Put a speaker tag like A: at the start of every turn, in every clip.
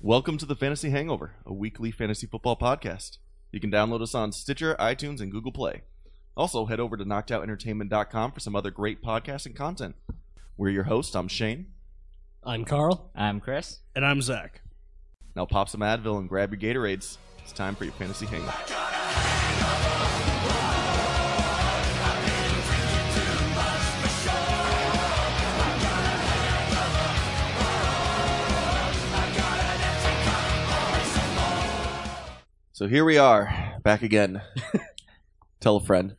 A: Welcome to the Fantasy Hangover, a weekly fantasy football podcast. You can download us on Stitcher, iTunes, and Google Play. Also, head over to knockedoutentertainment.com for some other great podcasts and content. We're your hosts. I'm Shane.
B: I'm Carl.
C: I'm Chris.
D: And I'm Zach.
A: Now pop some Advil and grab your Gatorades. It's time for your fantasy hangover. So here we are, back again. Tell a friend.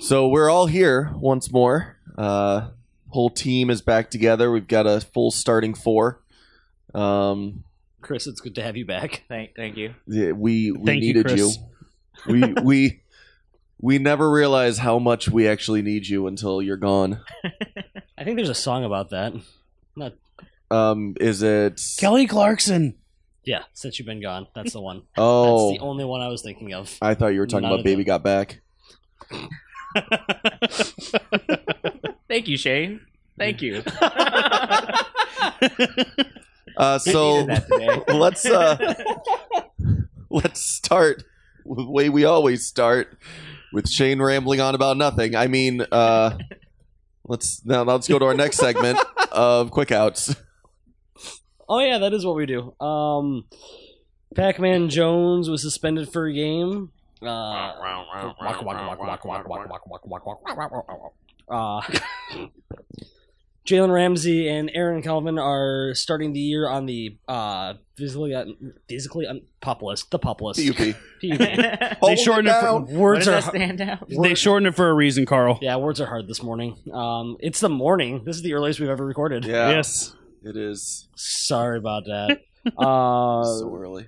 A: So we're all here once more. Uh, whole team is back together. We've got a full starting four. Um,
B: Chris, it's good to have you back.
C: Thank, thank you.
A: yeah, we we
D: Thank you,
A: needed you.
D: Chris.
A: We we we never realize how much we actually need you until you're gone.
B: I think there's a song about that.
A: Um, is it?
D: Kelly Clarkson.
B: Yeah, since you've been gone, that's the one.
A: oh,
B: That's the only one I was thinking of.
A: I thought you were talking
B: None
A: about
B: of
A: Baby
B: them.
A: Got Back.
C: Thank you, Shane. Thank you.
A: Uh, so
C: Needed that today.
A: let's uh let's start the way we always start with Shane rambling on about nothing. I mean, uh, let's now let's go to our next segment of quick outs.
B: oh yeah, that is what we do. Um, Pac-Man Jones was suspended for a game. Uh, Uh, Jalen Ramsey and Aaron Calvin are starting the year on the uh, physically un- physically un- pop list. The pop list.
A: PUP.
B: PUP.
D: They
A: Hold
D: shortened it for,
A: down.
C: What
D: words
C: does
D: are
C: that stand out?
D: they shortened it for a reason, Carl.
B: Yeah, words are hard this morning. Um, it's the morning. This is the earliest we've ever recorded.
A: Yeah,
D: Yes.
A: it is
B: Sorry about that. uh,
A: so early.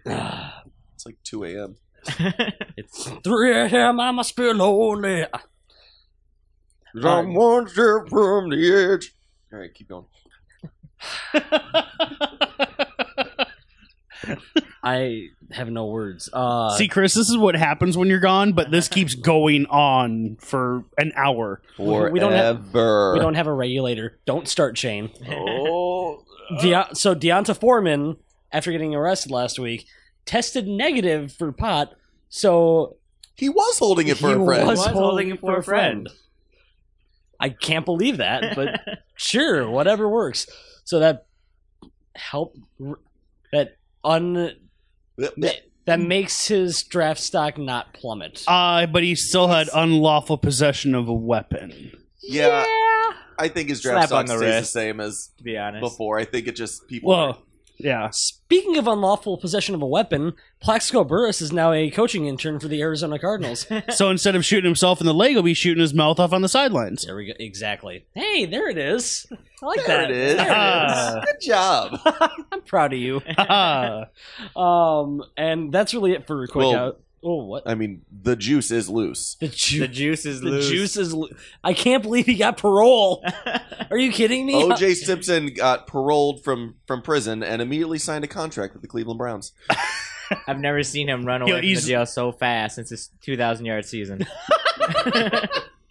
A: It's like 2 a.m.
B: it's 3 a.m. I must be lonely. I'm
A: one step from the edge. All right, keep going.
B: I have no words. Uh,
D: See, Chris, this is what happens when you're gone, but this keeps going on for an hour.
A: Forever.
B: We don't have- we don't have a regulator. Don't start, Shane.
A: oh,
B: Dea- so Deonta Foreman, after getting arrested last week, tested negative for pot. So
A: he was holding it for
B: he
A: a friend.
B: was
C: Was
B: holding,
C: holding
B: it for a friend. I can't believe that, but sure, whatever works. So that help that un that makes his draft stock not plummet.
D: Uh, but he still had unlawful possession of a weapon.
A: yeah, I think his draft
C: Slap on
A: stock
C: the
A: stays
C: wrist.
A: the same as
C: to be honest.
A: before. I think it just people.
D: Well, yeah.
B: Speaking of unlawful possession of a weapon, Plaxico Burris is now a coaching intern for the Arizona Cardinals.
D: So instead of shooting himself in the leg, he'll be shooting his mouth off on the sidelines.
B: there we go. Exactly. Hey, there it is. I like
A: There
B: that.
A: it is.
D: Ah.
A: Good job.
B: I'm proud of you. Uh,
D: Ah.
B: Um, and that's really it for quick
A: Well-
B: out. Oh, what
A: I mean, the juice is loose.
B: the
C: the
B: juice?
C: juice is
B: The,
C: loose.
B: juice is. Lo- I can't believe he got parole. Are you kidding me?
A: OJ Simpson got paroled from from prison and immediately signed a contract with the Cleveland Browns.
C: I've never seen him run away
D: Yo,
C: from the
D: he's-
C: jail so fast since his 2,000 yard season.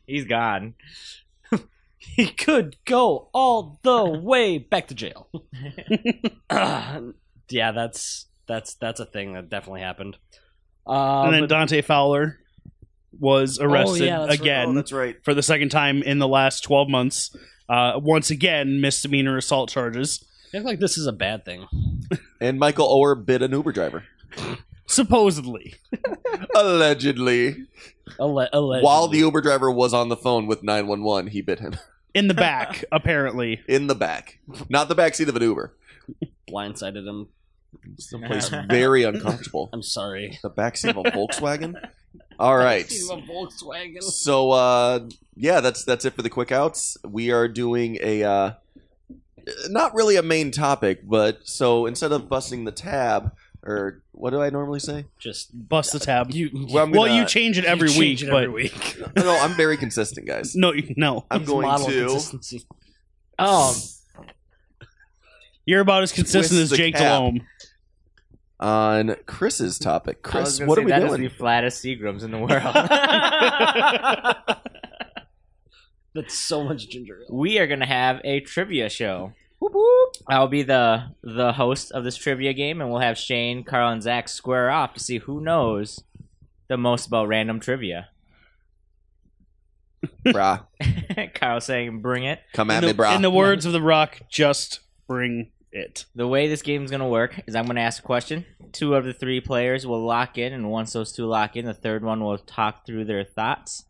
C: he's gone.
B: he could go all the way back to jail. Ah, yeah, that's that's that's a thing that definitely happened. Uh,
D: and then
B: but- Oh,
D: Dante Fowler was arrested
B: yeah, that's right.
D: again
A: Oh, that's right.
D: for the second time in the last 12 months. Uh, once again, misdemeanor assault charges.
B: I feel like this is a bad thing.
A: And Michael Oher bit an Uber driver.
D: Supposedly.
A: Allegedly.
B: Alle- allegedly.
A: While the Uber driver was on the phone with 911, he bit him
D: In the back, apparently.
A: in the back. Not the back seat of an Uber.
B: blindsided him.
A: Someplace very uncomfortable.
B: I'm sorry.
A: The back seat of a Volkswagen? All right.
B: He's a Volkswagen.
A: So uh yeah, that's that's it for the quick outs. We are doing a uh not really a main topic, but so instead of busting the tab or what do I normally say?
B: Just
D: Bust the tab.
B: you.
A: Well, I'm
D: well,
A: gonna-
D: you change it
B: you
D: every
B: change
D: week,
B: it
D: but.
B: every week.
A: No, I'm very consistent, guys.
D: No, you- no.
A: I'm
B: He's
A: going
B: model
A: to
B: consistency.
C: Oh,
D: You're about as consistent
A: Twist
D: as
A: the
D: Jake
A: cap.
D: Delhomme.
A: on Chris's topic.
C: I was
A: Chris,
C: gonna
A: what
C: say,
A: are we
C: that is
A: doing?
C: the flattest Seagrams in the world.
B: That's so much ginger ale.
C: we are going to have a trivia show. I'll be the the host of this trivia game, and we'll have Shane, Carl, and Zach square off to see who knows the most about random trivia.
A: brah.
C: Carl saying, "Bring it."
A: Come
D: In
A: at
D: the,
A: me, brah.
D: in the words of The Rock, just bring it.
C: The way this game's gonna work is I'm gonna ask a question. Two of the three players will lock in, and once those two lock in, the third one will talk through their thoughts,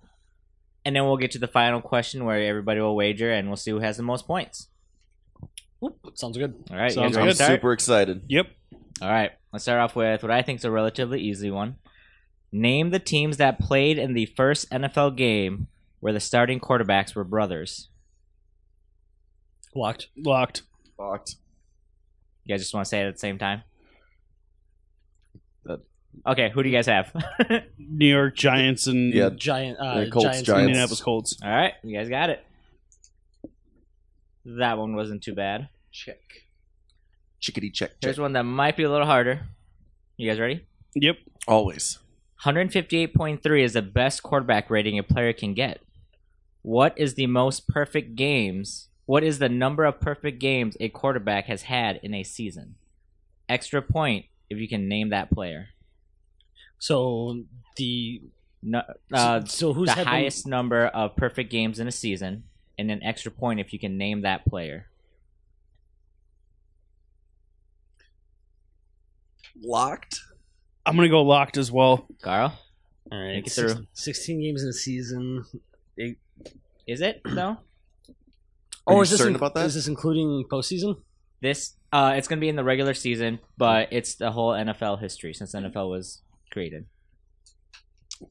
C: and then we'll get to the final question where everybody will wager, and we'll see who has the most points.
B: Oop, sounds good.
C: All right, you
D: Sounds
C: guys ready to
D: good.
C: start?
A: Super excited.
D: Yep.
C: All right, let's start off with what I think is a relatively easy one. Name the teams that played in the first NFL game where the starting quarterbacks were brothers.
B: Locked.
D: Locked.
A: Fucked.
C: You guys just want to say it at the same time?
A: That-
C: Okay, who do you guys have? All
D: New York Giants and
A: Yeah,
B: Giant. Uh,
A: Yeah, Colts,
B: Giants.
A: Giants.
D: Indianapolis Colts.
C: right, you guys got it. That one wasn't too bad.
B: Check.
A: Chickadee check. check.
C: Here's one that might be a little harder. You guys ready?
D: Yep.
A: Always.
C: 158.3 is the best quarterback rating a player can get. What is the most perfect games? What is the number of perfect games a quarterback has had in a season? Extra point if you can name that player.
B: So the
C: No, uh,
B: so who's
C: the
B: had
C: highest number of perfect games in a season, and an extra point if you can name that player.
A: Locked.
D: I'm gonna go locked as well.
C: Carl,
B: All
C: Make
B: right,
C: it through.
B: six- sixteen games in a season.
C: is it though?
A: Are
B: oh,
A: you
B: is this
A: certain
B: in-
A: about that?
B: Is this including postseason?
C: This uh, it's gonna be in the regular season, but it's the whole NFL history since NFL was created.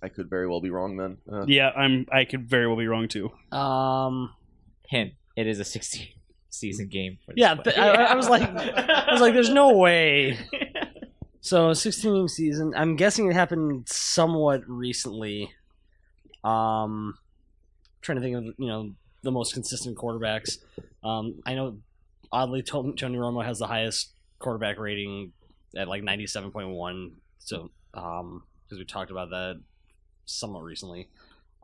A: I could very well be wrong then. Uh,
D: Yeah, I'm. I could very well be wrong too.
B: Um,
C: hint it is a 16 season game for this
B: Yeah,
C: one.
B: th-
D: uh,
B: I- I- I was like- I was like, "There's no way." So sixteen game season. I'm guessing it happened somewhat recently. Um, trying to think of you know the most consistent quarterbacks. Um, I know oddly Tony Tony Romo has the highest quarterback rating at like 97.1. So um, because we talked about that somewhat recently.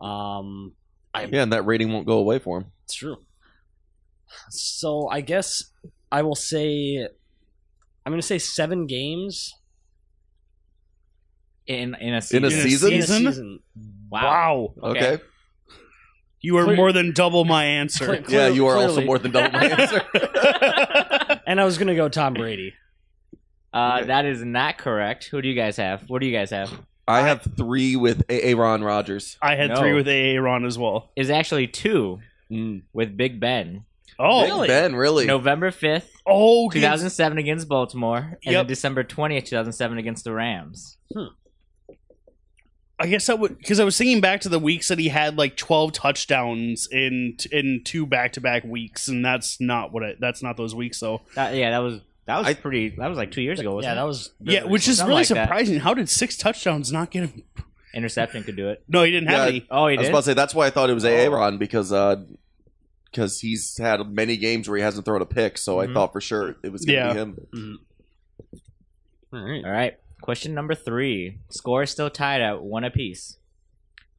B: Um,
A: yeah, and that rating won't go away for him.
B: it's true. So I guess I will say I'm going to say seven games
C: in in a
A: In
C: season.
A: a
D: In a
A: season?
B: in a
D: Season?
B: season.
C: wow.
A: Okay.
D: You are
B: Clear-
D: more than double my answer.
B: Clear-
A: Yeah, you are also
B: clearly.
A: more than double my answer.
B: And I was going to go Tom Brady.
C: Uh,
A: Okay.
C: That is not correct. Who do you guys have? What do you guys have?
A: I have three with A- Aaron Rodgers.
D: I had
C: No.
D: three with Aaron as well.
C: Is actually two with Big Ben.
D: Oh,
A: Mm. Big Ben, really?
C: November 5th,
D: oh, good-
C: 2007 against Baltimore, and
D: Yep.
C: then December 20th, 2007 against the Rams.
D: I guess I would because I was thinking back to the weeks that he had like twelve touchdowns in in two back to back weeks, and that's not what I, that's not those weeks though.
C: That, Uh, yeah, that was that was
A: I-
C: pretty that was like 2 years ago, wasn't
B: yeah,
C: it?
B: that was
D: yeah, which is
C: Something
D: really
C: like that.
D: surprising. How did six touchdowns not get him?
C: Interception could do it.
D: No, he didn't have
A: Yeah.
D: any.
C: Oh, he
A: I was
C: did.
A: about to say that's why I thought it was Aaron because uh, because he's had many games where he hasn't thrown a pick, so I
C: Mhm.
A: thought for sure it was going to
D: Yeah.
A: be him.
B: All right.
C: All right. Question number three. Score is still tied at one apiece.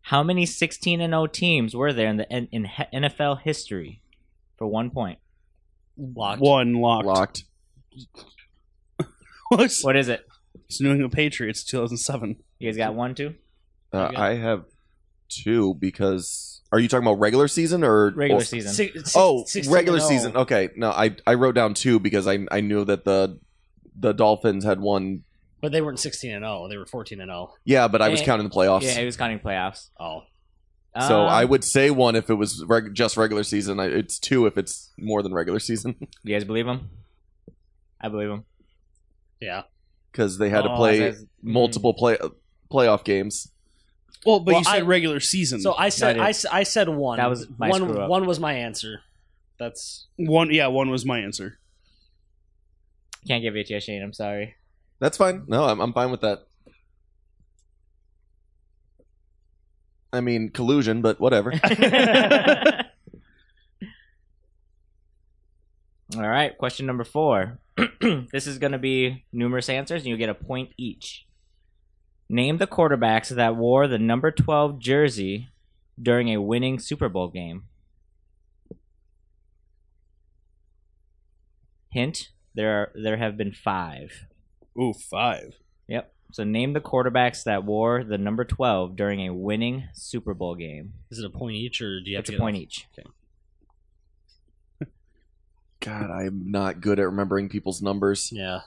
C: How many 16 and 0 teams were there in the N- in he- NFL history for one point?
B: Locked.
D: One locked.
A: Locked.
D: it's
C: What is it?
D: New England Patriots, two thousand seven.
C: You guys got one, two?
A: Uh,
B: You got-
A: I have two because are you talking about regular season or
C: Regular
A: or-
C: season.
B: Six- six-
A: Oh,
B: 16 and
A: regular
B: oh.
A: season. Okay, no, I I wrote down two because I I knew that the the Dolphins had one.
B: But they weren't 16 and 0. They were 14 and oh. 0.
A: Yeah, but I was
C: Eh,
A: counting the playoffs.
C: Yeah, it was counting playoffs.
B: Oh.
A: so
C: Um,
A: I would say one if it was reg- just regular season. I, it's two if it's more than regular season
C: You guys believe him? I believe him.
B: Yeah.
A: because they had to
D: Oh,
A: play
C: that's- mm.
A: multiple play playoff games.
D: Well, but
B: Well,
D: you said
B: I-
D: regular season.
B: So I said
C: That
B: I, s- I said one.
C: That was my
B: one
C: screw up.
B: one was my answer. That's
D: one, yeah, one was my answer.
C: Can't give it to you, Shane. I'm sorry.
A: That's fine. No, I'm I'm fine with that. I mean collusion, but whatever.
C: All right, question number four. this is going to be numerous answers, and you get a point each. Name the quarterbacks that wore the number 12 jersey during a winning Super Bowl game. Hint: there are, there have been five.
D: Ooh, five.
C: Yep. So name the quarterbacks that wore the number twelve during a winning Super Bowl game.
B: Is it a point each, or do you have
C: It's
B: to
C: a
B: get
C: point each.
A: God, I'm not good at remembering people's numbers.
B: Yeah.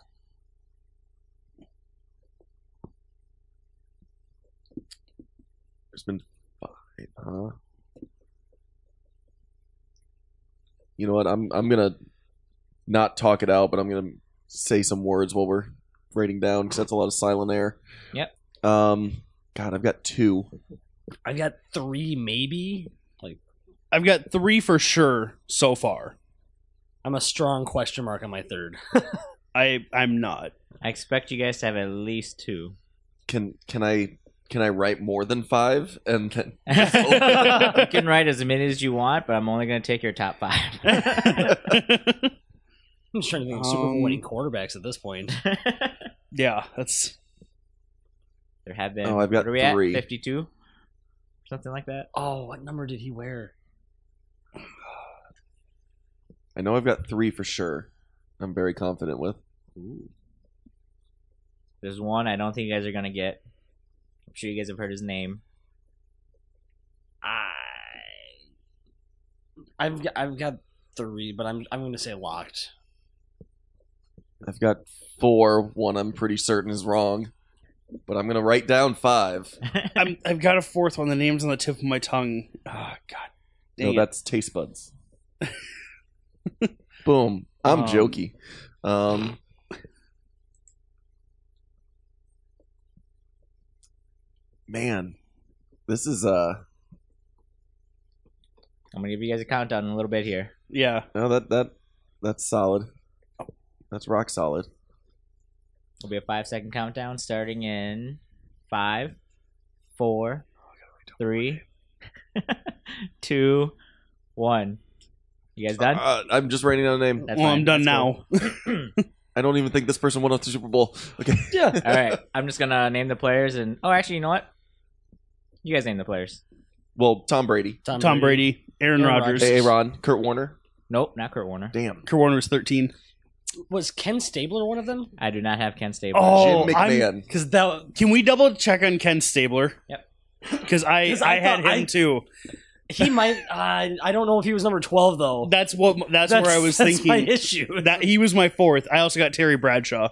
A: There's been five, huh? You know what? I'm I'm gonna not talk it out, but I'm gonna say some words while we're writing down because that's a lot of silent air.
C: Yep.
A: Um. God, I've got two.
B: I've got three, maybe.
D: I've got three for sure so far.
B: I'm a strong question mark on my third.
D: I I'm not.
C: I expect you guys to have at least two.
A: Can can I can I write more than five? And then
C: you
D: Oh.
C: can write as many as you want, but I'm only going to take your top five.
B: I'm just trying to think of Super Bowl
D: Um,
B: winning quarterbacks at this point.
C: there
D: yeah, that's
C: have been.
A: Oh, I've got
C: what are we at?
A: three.
C: Fifty-two, something like that.
B: Oh, what number did he wear?
A: I know I've got three for sure. I'm very confident with.
C: There's one I don't think you guys are going to get. I'm sure you guys have heard his name.
B: I I've got, I've got three, but I'm I'm going to say locked.
A: I've got four. One I'm pretty certain is wrong, but I'm gonna write down five.
D: I'm I've got a fourth one. The name's on the tip of my tongue. Oh god. Dang
A: no,
D: it.
A: that's taste buds. Boom. I'm
C: Um,
A: jokey. Um, man, this is uh
C: I'm going to give you guys a countdown in a little bit here.
D: yeah.
A: no that that that's solid. That's rock solid.
C: It'll be a five-second countdown starting in five, four, three, two, one. You guys done?
A: Uh, I'm just writing down a name.
C: That's
D: well,
C: fine.
D: I'm done
C: That's
D: now.
C: cool.
A: I don't even think this person won off the Super Bowl. Okay. Yeah.
C: All right, I'm just gonna name the players and oh, actually, you know what? You guys name the players.
A: Well, Tom Brady,
D: Tom Brady, Aaron,
B: Aaron
D: Rodgers.
B: Rodgers.
A: A. Ron, Kurt Warner.
C: Nope, not Kurt Warner.
A: Damn.
D: Kurt Warner's 13.
B: was Ken Stabler one of them?
C: I do not have Ken Stabler.
D: Oh,
A: Jim
D: I'm-
A: McMahon.
B: Because that
D: Can we double check on Ken Stabler?
C: Yep.
D: Because I,
B: 'Cause
D: I,
B: I
D: had him
B: thought I-
D: too.
B: he might. Uh, I don't know if he was number twelve though.
D: That's what. That's, where I was
B: that's My
D: thinking.
B: issue.
D: That he was my fourth. I also got Terry Bradshaw.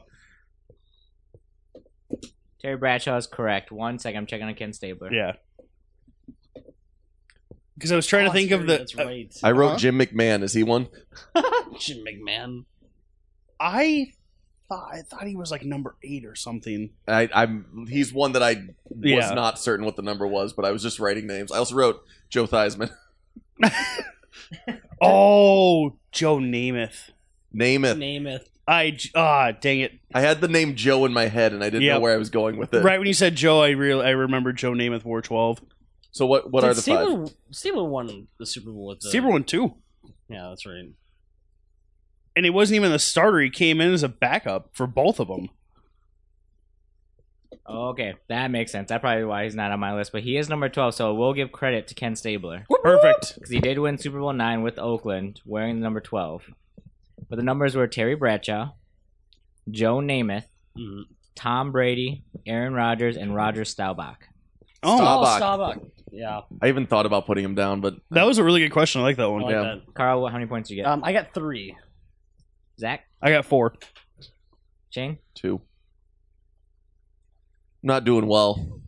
C: Terry Bradshaw is correct. One second, I'm checking on Ken Stabler.
D: Yeah. Because I was trying to think of the.
B: Oh, That's right.
A: I wrote
D: Huh?
A: Jim McMahon. Is he one?
B: Jim McMahon.
D: I thought I thought he was like number eight or something.
A: I, I'm. He's one that I was
D: Yeah.
A: not certain what the number was, but I was just writing names. I also wrote Joe Theismann,
D: Oh, Joe Namath.
A: Namath.
B: Namath.
D: I j- ah dang it!
A: I had the name Joe in my head, and I didn't know
D: Yep.
A: where I was going with it.
D: Right when you said Joe, I real I remember Joe Namath wore twelve.
A: So what? What
B: Did
A: are the five?
B: Stabler, Stabler won the Super Bowl with the.
D: Stabler won two,
B: Yeah, that's right.
D: and he wasn't even the starter. He came in as a backup for both of them.
C: Okay, that makes sense. That's probably why he's not on my list, but he is number 12, so we'll give credit to Ken Stabler
D: Perfect.
C: because he did win Super Bowl nine with Oakland wearing the number 12. But the numbers were Terry Bradshaw, Joe Namath,
B: Mhm.
C: Tom Brady, Aaron Rodgers, and Roger Staubach.
D: Oh,
A: Staubach.
B: Staubach. Yeah,
A: I even thought about putting him down, but
D: that was a really good question. I like that
B: I
D: one.
B: like
A: Yeah.
C: Carl, what, how many points did you
B: that.
D: Uh,
C: get?
B: Um, I got three.
C: Zach,
D: I got four.
C: Shane,
A: two. Not doing well.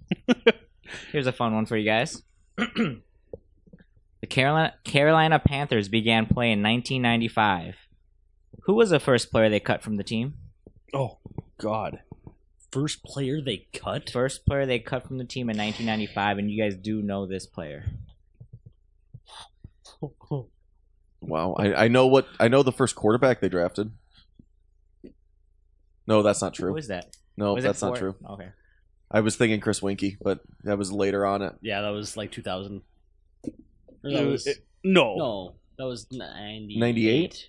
C: here's a fun one for you guys. the Carolina, Carolina Panthers began play in 1995. Who was the first player they cut from the team?
D: Oh God.
B: First player they cut.
C: First player they cut from the team in 1995, and you guys do know this player.
A: Wow. I, I know what. I know the first quarterback they drafted. No, that's not
C: Who
A: true.
C: was that?
A: No,
C: Was it
A: that's not
C: for-
A: true.
C: Okay.
A: I was thinking Chris Winky, but that was later on. It.
B: Yeah, that was like 2000. Or that
D: It-
B: was,
D: it- no.
B: no, that was 98.
A: 98?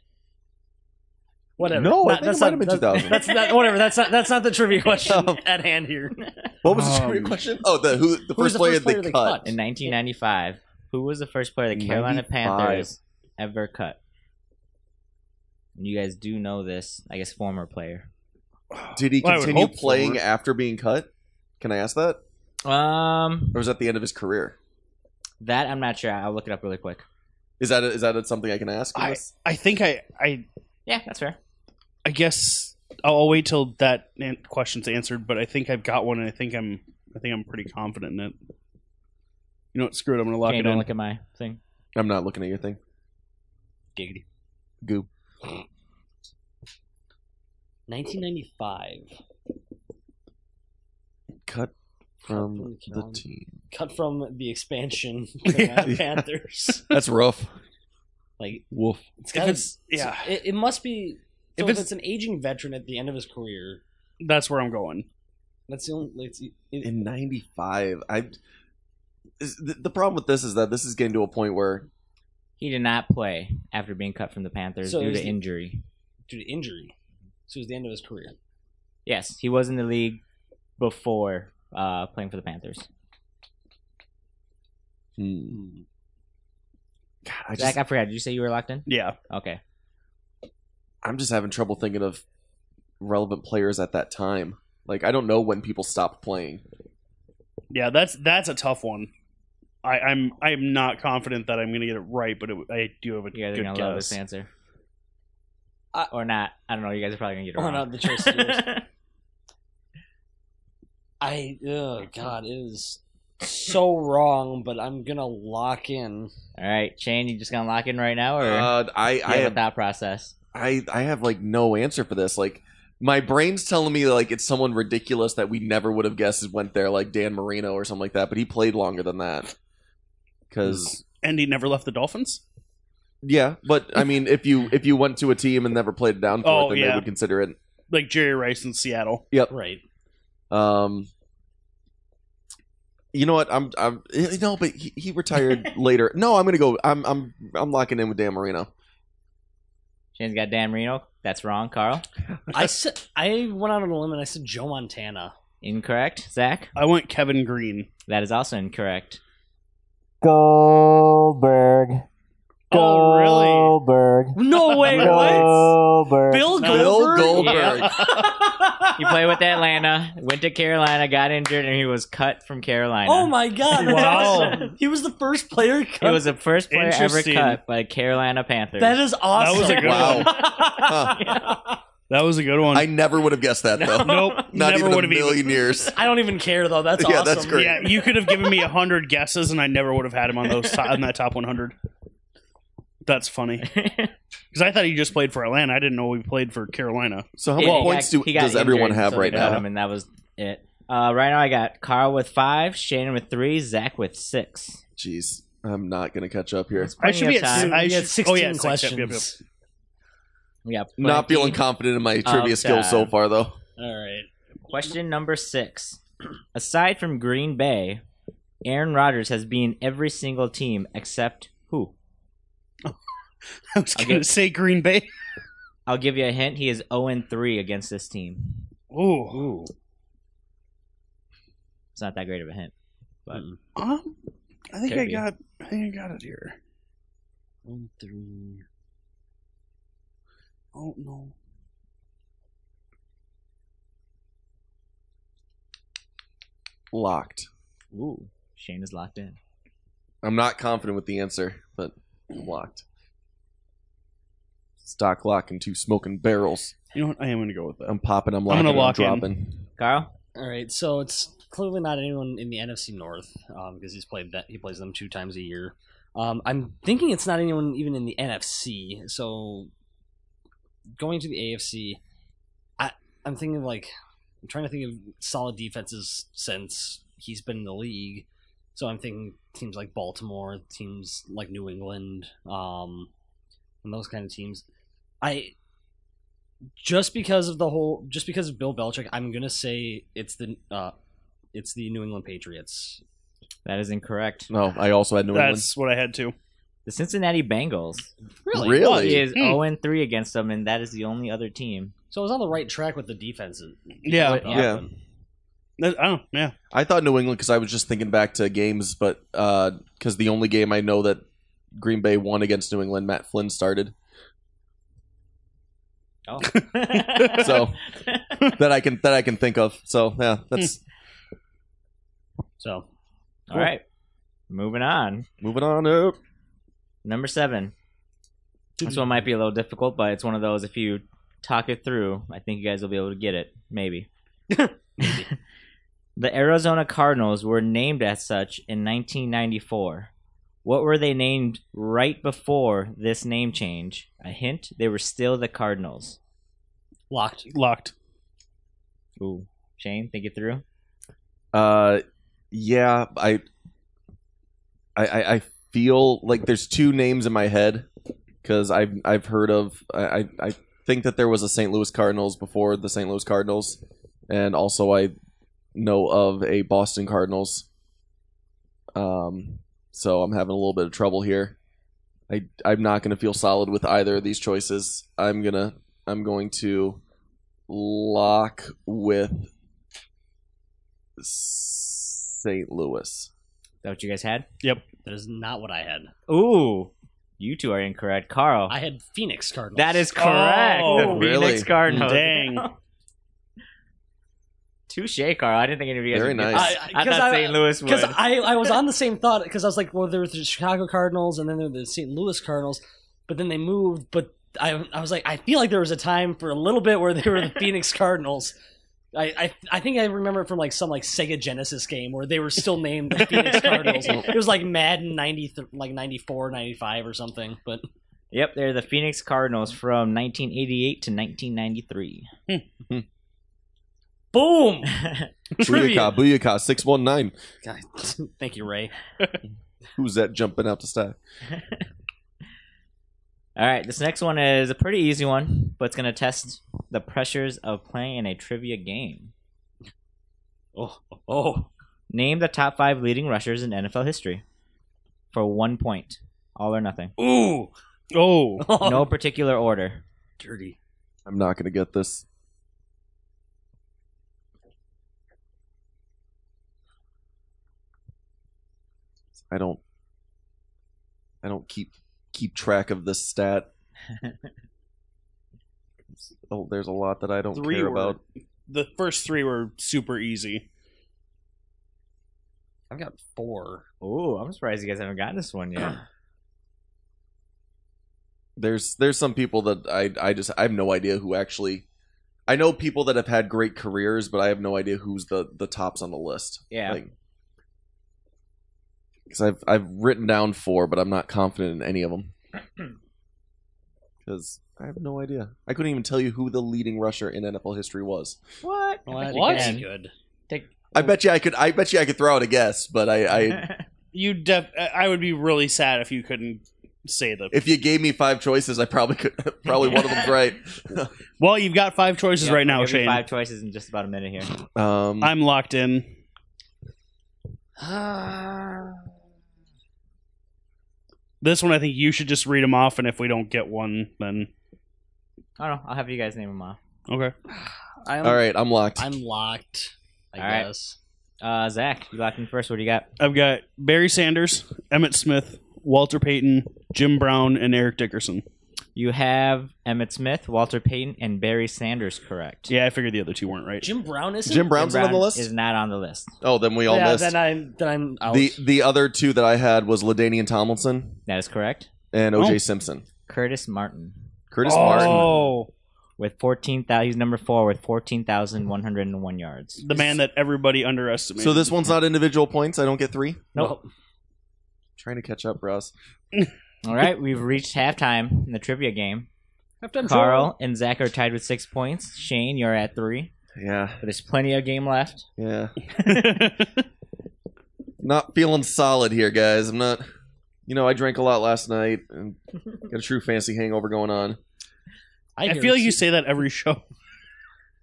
B: Whatever.
A: No, I
B: Not-
A: think
B: that's
A: it might
B: not,
A: have been
B: that's-
A: 2000.
B: That's, not whatever. That's not that's not the trivia question
A: No.
B: at hand here.
A: What was the
D: Um,
A: trivia question? Oh, the who the
B: Who was
A: first player, they, cut.
C: In 1995, who was the first player the Carolina
A: 95.
C: Panthers ever cut? And you guys do know this, I guess, former player.
A: Did he
D: Well, I would
A: continue
D: hope for
A: playing
D: it.
A: after being cut? Can I ask that?
C: Um,
A: Or was that the end of his career?
C: that I'm not sure. I'll look it up really quick.
A: Is that is that something I can ask? in
D: I,
A: this?
D: I think I, I
C: Yeah, that's fair.
D: I guess I'll, I'll wait till that an- question's answered. But I think I've got one, and I think I'm I think I'm pretty confident in it. You know what? Screw it. I'm gonna lock
C: Okay,
D: it
C: don't
D: in.
C: look at my thing.
A: I'm not looking at your thing.
B: Giggity.
A: Goop.
B: 1995.
A: Cut
B: Cut
A: from
B: from
A: Mm, the
B: Canal.
A: team.
B: Cut from the expansion
A: Yeah.
B: Carolina Panthers.
A: That's rough.
B: Like
A: Woof.
B: it's
D: If
B: got
D: it's- yeah,
B: it, it must be.
D: If
B: So if,
D: it's-
B: it's, an aging veteran at the end of his career,
D: that's where I'm going.
B: that's the only. like, It's, it,
A: In '95, I. Is, the, the problem with this is that this is getting to a point where
C: He did not play after being cut from the Panthers
B: So
C: due
B: is
C: to
B: the-
C: injury.
B: due to injury. So it was the end of his career.
C: Yes, he was in the league before uh, playing for the Panthers.
A: hmm, God, I
C: Zach,
A: just,
C: I forgot. Did you say you were locked in?
D: Yeah,
C: Okay.
A: I'm just having trouble thinking of relevant players at that time. Like I don't know when people stopped playing.
D: yeah. That's that's a tough one. I, I'm I'm not confident that I'm gonna get it right, but it, I do have a
C: You guys are
D: good
C: going to love this
D: guess.
C: answer.
B: I-
C: or not. I don't know. You guys are probably going to get it
B: Or
C: wrong.
B: not the choice. is yours. I oh god, it is so wrong. But I'm gonna lock in.
C: All right, Shane, you just going to lock in right now? Or
A: Uh, I
C: do you
A: I
C: have
A: have
C: a thought process?
A: I I have like no answer for this. Like my brain's telling me like it's someone ridiculous that we never would have guessed went there, like Dan Marino or something like that. But he played longer than that. Because
D: And he never left the Dolphins. Hmm.
A: yeah, but I mean, if you if you went to a team and never played down for
D: Oh,
A: it, then they
D: yeah.
A: would consider it.
D: like Jerry Rice in Seattle.
B: Right.
A: Um, you know what? I'm I'm you know, but he, he retired later. No, I'm gonna go. I'm I'm I'm locking in with Dan Marino.
C: Shane's got Dan Marino. That's wrong, Carl.
B: I said I went out on a limb and I said Joe Montana.
C: Incorrect. Zach,
D: I want Kevin Green.
C: that is also incorrect.
E: Goldberg.
D: Oh, really?
E: Goldberg.
B: No way. what?
E: Goldberg.
B: Bill
D: No.
B: Goldberg.
A: Bill Goldberg.
C: He played with Atlanta, went to Carolina, got injured, and he was cut from Carolina.
B: Oh my god! that's
D: Wow.
B: awesome. He was the first player.
C: It
B: cut.
C: was the first player ever
D: Interesting.
C: cut by Carolina Panthers.
B: that is awesome.
D: was a
A: good Wow. one.
D: That was a good one.
A: I never would have guessed that though.
D: nope.
A: Not
D: never
A: even
D: would
A: a
D: have
A: million
D: even.
A: years.
B: I don't even care though. That's
A: Yeah,
B: awesome.
A: that's great.
D: Yeah, you could have given me a hundred guesses, and I never would have had him on those to- on that top one hundred. That's funny because I thought he just played for Atlanta. I didn't know he played for Carolina.
A: So how
C: Yeah,
A: many
C: he
A: points
C: got-
A: do,
C: he got
A: does everyone
C: injured,
A: have
C: so they
A: right
C: cut
A: now?
C: him, and that was it. Uh, right now, I got Carl with five, Shannon with three, Zach with six.
A: Jeez, I'm not gonna catch up here.
D: I should be
C: Plenty of
D: at. s-
C: time.
D: I
B: We had
D: should,
B: 16
D: oh yeah, six,
B: questions.
D: Yep, yep, yep.
C: We got
A: Not
C: plenty.
A: feeling confident in my trivia
C: of
A: skills so
C: time.
A: far, though.
B: All right.
C: Question number six. Aside from Green Bay, Aaron Rodgers has been in every single team except who?
D: I was
C: I'll
D: gonna
C: get-
D: say Green Bay.
C: I'll give you a hint. He is 0 3 against this team.
D: Ooh,
C: Ooh. It's not that great of a hint. But
D: um, I think
C: Could
D: I
C: be.
D: got. I think I got it here.
B: One, three.
D: Oh no.
A: Locked.
C: ooh, Shane is locked in.
A: I'm not confident with the answer, but I'm locked. Stock lock and two smoking barrels.
D: You know what? I am gonna go with that.
A: I'm popping. I'm
D: I'm
A: locking.
D: gonna
A: I'm,
D: lock in.
A: dropping.
C: Carl?
B: All right. So it's clearly not anyone in the NFC North because he's played that he plays them two times a year. Um, I'm thinking it's not anyone even in the NFC. So going to the AFC, I I'm thinking of like I'm trying to think of solid defenses since he's been in the league. So I'm thinking teams like Baltimore, teams like New England, um, and those kind of teams. I just because of the whole, just because of Bill Belichick, I'm gonna say it's the uh, it's the New England Patriots.
C: That is incorrect.
A: No, I also had New
D: That's what I had too.
C: The Cincinnati Bengals.
A: England.
C: He
A: Really?
C: is
D: Hmm.
C: 0 3 against them, and that is the only other team.
B: So I was on the right track with the defenses.
D: Yeah.
A: Yeah.
D: That- oh yeah.
A: I thought New England because I was just thinking back to games, but because the only game I know that Green Bay won against New England, Matt Flynn started.
C: Oh.
A: So that I can that I can think of. So yeah, that's
B: So
C: all right, moving on.
A: moving on up.
C: Number seven. This one might be a little difficult, but it's one of those. If you talk it through, I think you guys will be able to get it. Maybe. the Arizona Cardinals were named as such in 1994. What were they named right before this name change? A hint: they were still the Cardinals.
B: locked.
D: Locked.
C: Ooh, Shane, think it through.
A: Uh, yeah, I, I, I- I feel like there's two names in my head because I've I've heard of I, I I think that there was a St. Louis Cardinals before the St. Louis Cardinals, and also I know of a Boston Cardinals. Um, so I'm having a little bit of trouble here. I I'm not gonna feel solid with either of these choices. I'm gonna I'm going to lock with St. Louis.
C: Is that what you guys had?
B: That is not what I had.
C: Ooh, you two are incorrect, Carl.
B: I had Phoenix Cardinals.
C: that is correct. Hmm.
D: Oh,
C: the Phoenix
A: really?
C: Cardinals.
D: Dang.
C: Touche, Carl. I didn't think any of you guys.
A: Very
C: would get
A: nice.
C: that. I uh, thought St. Louis would.
B: Because I, I was on the same thought because I was like, well, there were the Chicago Cardinals and then there were the St. Louis Cardinals, but then they moved. But I, I was like, I feel like there was a time for a little bit where they were the Phoenix Cardinals. I, I, I think I remember it from like some like Sega Genesis game where they were still named the Phoenix Cardinals. It was like Madden 90, like 94, 95 or something. But
C: Yep, they're the Phoenix Cardinals from 1988 to 1993.
B: boom! Trivia.
A: Booyaka, booyaka, 619.
B: God, thank you, Ray.
A: Who's that jumping out the stack?
C: All right, this next one is a pretty easy one, but it's going to test the pressures of playing in a trivia game.
B: Oh, oh,
C: Name the top five leading rushers in NFL history for one point. All or nothing.
D: Ooh. Oh.
B: oh.
C: No particular order.
B: dirty.
A: I'm not going to get this. I don't I don't keep keep track of this stat. oh, there's a lot that I don't
D: Three
A: care
D: were
A: about.
D: the first three were super easy.
B: I've got four.
C: Ooh, I'm surprised you guys haven't gotten this one yet.
A: there's there's some people that I I just I have no idea who actually I know people that have had great careers, but I have no idea who's the the tops on the list.
C: Yeah.
A: because I've I've written down four, but I'm not confident in any of them because I have no idea. I couldn't even tell you who the leading rusher in NFL history was.
C: what?
B: Well, that-
D: What?
B: that's good.
A: I bet you I could I bet you I could throw out a guess, but I, I
D: You def- I- I would be really sad if you couldn't say the.
A: if you gave me five choices, I probably could probably one of them's right.
D: well, you've got five choices
C: Yep,
D: right now,
C: I'll give you
D: Shane.
C: Five choices in just about a minute here.
A: Um,
D: I'm locked in. This one, I think you should just read them off, and if we don't get one, then
C: Oh no, I'll have you guys name them off.
D: okay.
B: I'm,
A: all right, I'm locked.
B: I'm locked. I
C: All right.
B: guess.
C: Uh, Zach, you locked in first. What do you got?
D: I've got Barry Sanders, Emmett Smith, Walter Payton, Jim Brown, and Eric Dickerson.
C: You have Emmett Smith, Walter Payton, and Barry Sanders correct.
D: Yeah, I figured the other two weren't right.
B: Jim Brown isn't.
A: Jim Brown's
C: Jim
A: not on the
C: Brown
A: list.
C: Is not on the list.
A: Oh, then we all
B: yeah,
A: missed.
B: then I'm then I'm out.
A: The the other two that I had was Ladainian Tomlinson
C: That is correct.
A: and OJ
D: Oh.
A: Simpson.
C: Curtis Martin
A: Curtis Martin.
C: with fourteen thousand. He's number four with fourteen thousand one hundred and one yards.
D: the man that everybody underestimates.
A: So this one's not individual points. I don't get three.
C: Nope.
A: Trying to catch up, Ross.
C: All right, we've reached halftime in the trivia game.
B: Halftime
C: Carl and Zach are tied with six points. Shane, you're at three,
A: Yeah,
C: but there's plenty of game left.
A: yeah. Not feeling solid here, guys. I'm not. You know, I drank a lot last night and got a true fancy hangover going on.
D: I
B: hear
D: feel like
B: it's-
D: you say that every show.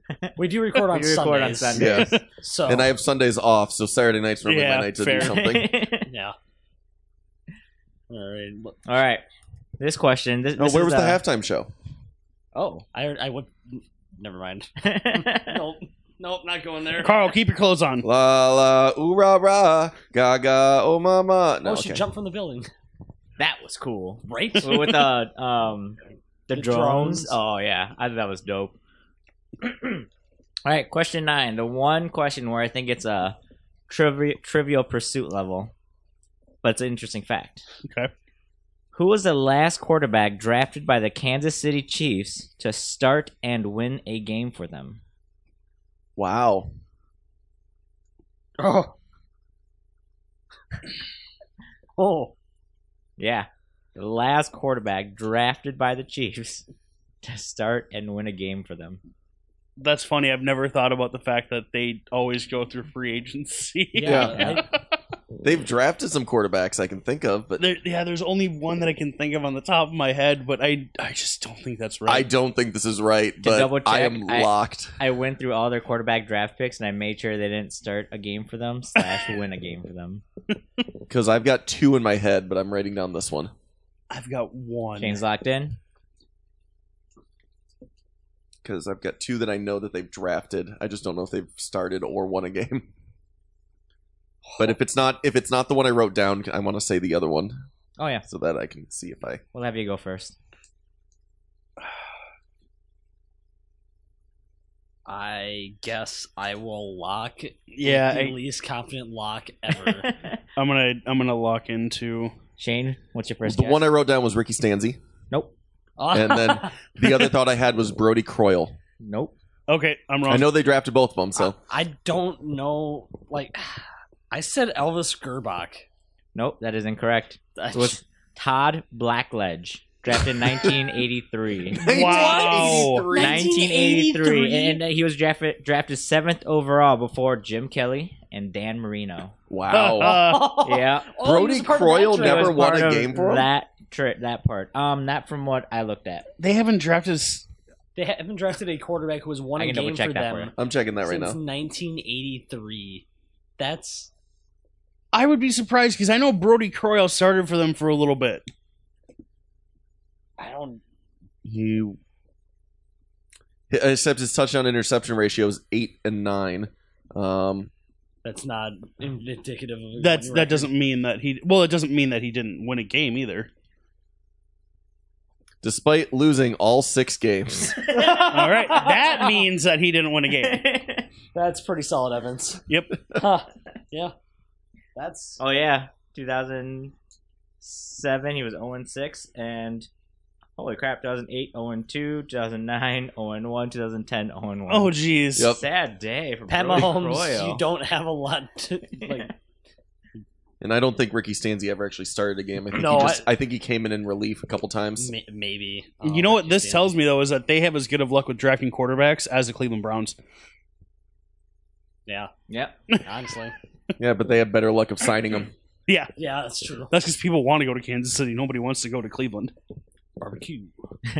B: We do record on
C: We record on
B: Sundays,
C: Sunday.
A: Yeah,
B: So
A: and I have Sundays off, so Saturday night's normally
D: Yeah,
A: my night to
D: fair.
A: do something.
B: yeah. All right. well,
C: All right, this question. This,
D: Oh,
A: No,
C: this
A: where
C: is,
A: was the
C: uh,
A: halftime show?
C: Oh,
B: I I would. Never mind. Nope. Nope. Not going there.
D: Carl, keep your clothes on.
A: La la, ooh rah rah, gaga, oh mama. No,
B: oh, she
A: okay.
B: jumped from the building.
C: that was cool.
B: Right.
C: with uh um The,
B: The
C: drones.
B: drones.
C: Oh yeah, I thought that was dope. All right, question nine. The one question where I think it's a trivi- trivial pursuit level, but it's an interesting fact.
D: Okay.
C: Who was the last quarterback drafted by the Kansas City Chiefs to start and win a game for them?
A: Wow.
B: Oh. oh.
C: Yeah, the last quarterback drafted by the Chiefs to start and win a game for them.
D: That's funny. I've never thought about the fact that they always go through free agency.
B: Yeah. I-
A: They've drafted some quarterbacks I can think of, but
D: There, yeah, there's only one that I can think of on the top of my head, but I I just don't think that's
A: I
D: right.
A: don't think this is right. But
C: double check,
A: I am
C: I-
A: locked.
C: I went through all their quarterback draft picks and I made sure they didn't start a game for them slash win a game for them.
A: because I've got two in my head, but I'm writing down this one.
D: I, have got one.
C: Shane's locked in.
A: because I've got two that I know that they've drafted. I just don't know if they've started or won a game. But if it's not if it's not the one I wrote down, I want to say the other one
C: Oh yeah,
A: so that I can see if I.
C: we'll have you go first.
B: I guess I will lock
D: Yeah,
B: the
D: I,
B: least confident lock ever.
D: I'm gonna I'm gonna lock into.
C: Shane, what's your first?
A: the
C: guess?
A: one I wrote down was Ricky Stanzi. And
B: Uh,
A: then- The other thought I had was Brody Croyle.
C: nope.
D: Okay, I'm wrong.
A: I know they drafted both of them, so
B: I, I don't know. Like, I said Elvis Gerbach.
C: Nope, that is incorrect.
B: I
C: It was Todd Blackledge, drafted in 1983.
D: Wow.
C: 1983, and he was drafted drafted seventh overall before Jim Kelly and Dan Marino.
D: Uh,
A: wow.
C: Yeah,
B: Oh,
A: Brody
B: he was part of that
A: Croyle
B: trade.
A: Never
C: It was
A: won a
C: part of
A: game for him?
C: that tri- that part. Um, not from what I looked at.
D: they haven't drafted. s-
B: They haven't drafted a quarterback who has won a
C: I can double
B: game
C: check
B: for
C: that
B: them
C: for you.
A: I'm checking that right
B: since
A: now.
B: 1983. That's
D: I would be surprised because I know Brody Croyle started for them for a little bit.
B: I don't.
A: He except his touchdown interception ratio is eight and nine. Um,
B: That's not indicative of. a
D: That's
B: winning
D: that
B: record.
D: doesn't mean that he. Well, it doesn't mean that he didn't win a game either.
A: despite losing all six games.
D: All right, that means that he didn't win a game.
B: That's pretty solid evidence.
D: Yep.
B: Huh. Yeah. That's.
C: Oh yeah, 2007 he was 0 and 6 and holy crap, 2008 0 and 2, 2009 0 and 1, 2010 0 and 1.
D: Oh, jeez.
A: Yep.
C: sad day for
B: Pat
C: Brody
B: Mahomes,
C: Croyle.
B: you don't have a lot to. Like,
A: And I don't think Ricky Stanzi ever actually started a game. I think
B: No,
A: he just, I, think he came in in relief a couple times.
B: ma- maybe. Oh,
D: You know what this tells me though is that they have as good of luck with drafting quarterbacks as the Cleveland Browns.
B: Yeah,
C: Yep.
B: honestly.
A: Yeah, but they have better luck of signing him.
D: Yeah,
B: Yeah, that's true.
D: that's because people want to go to Kansas City. Nobody wants to go to Cleveland.
B: Barbecue.
C: All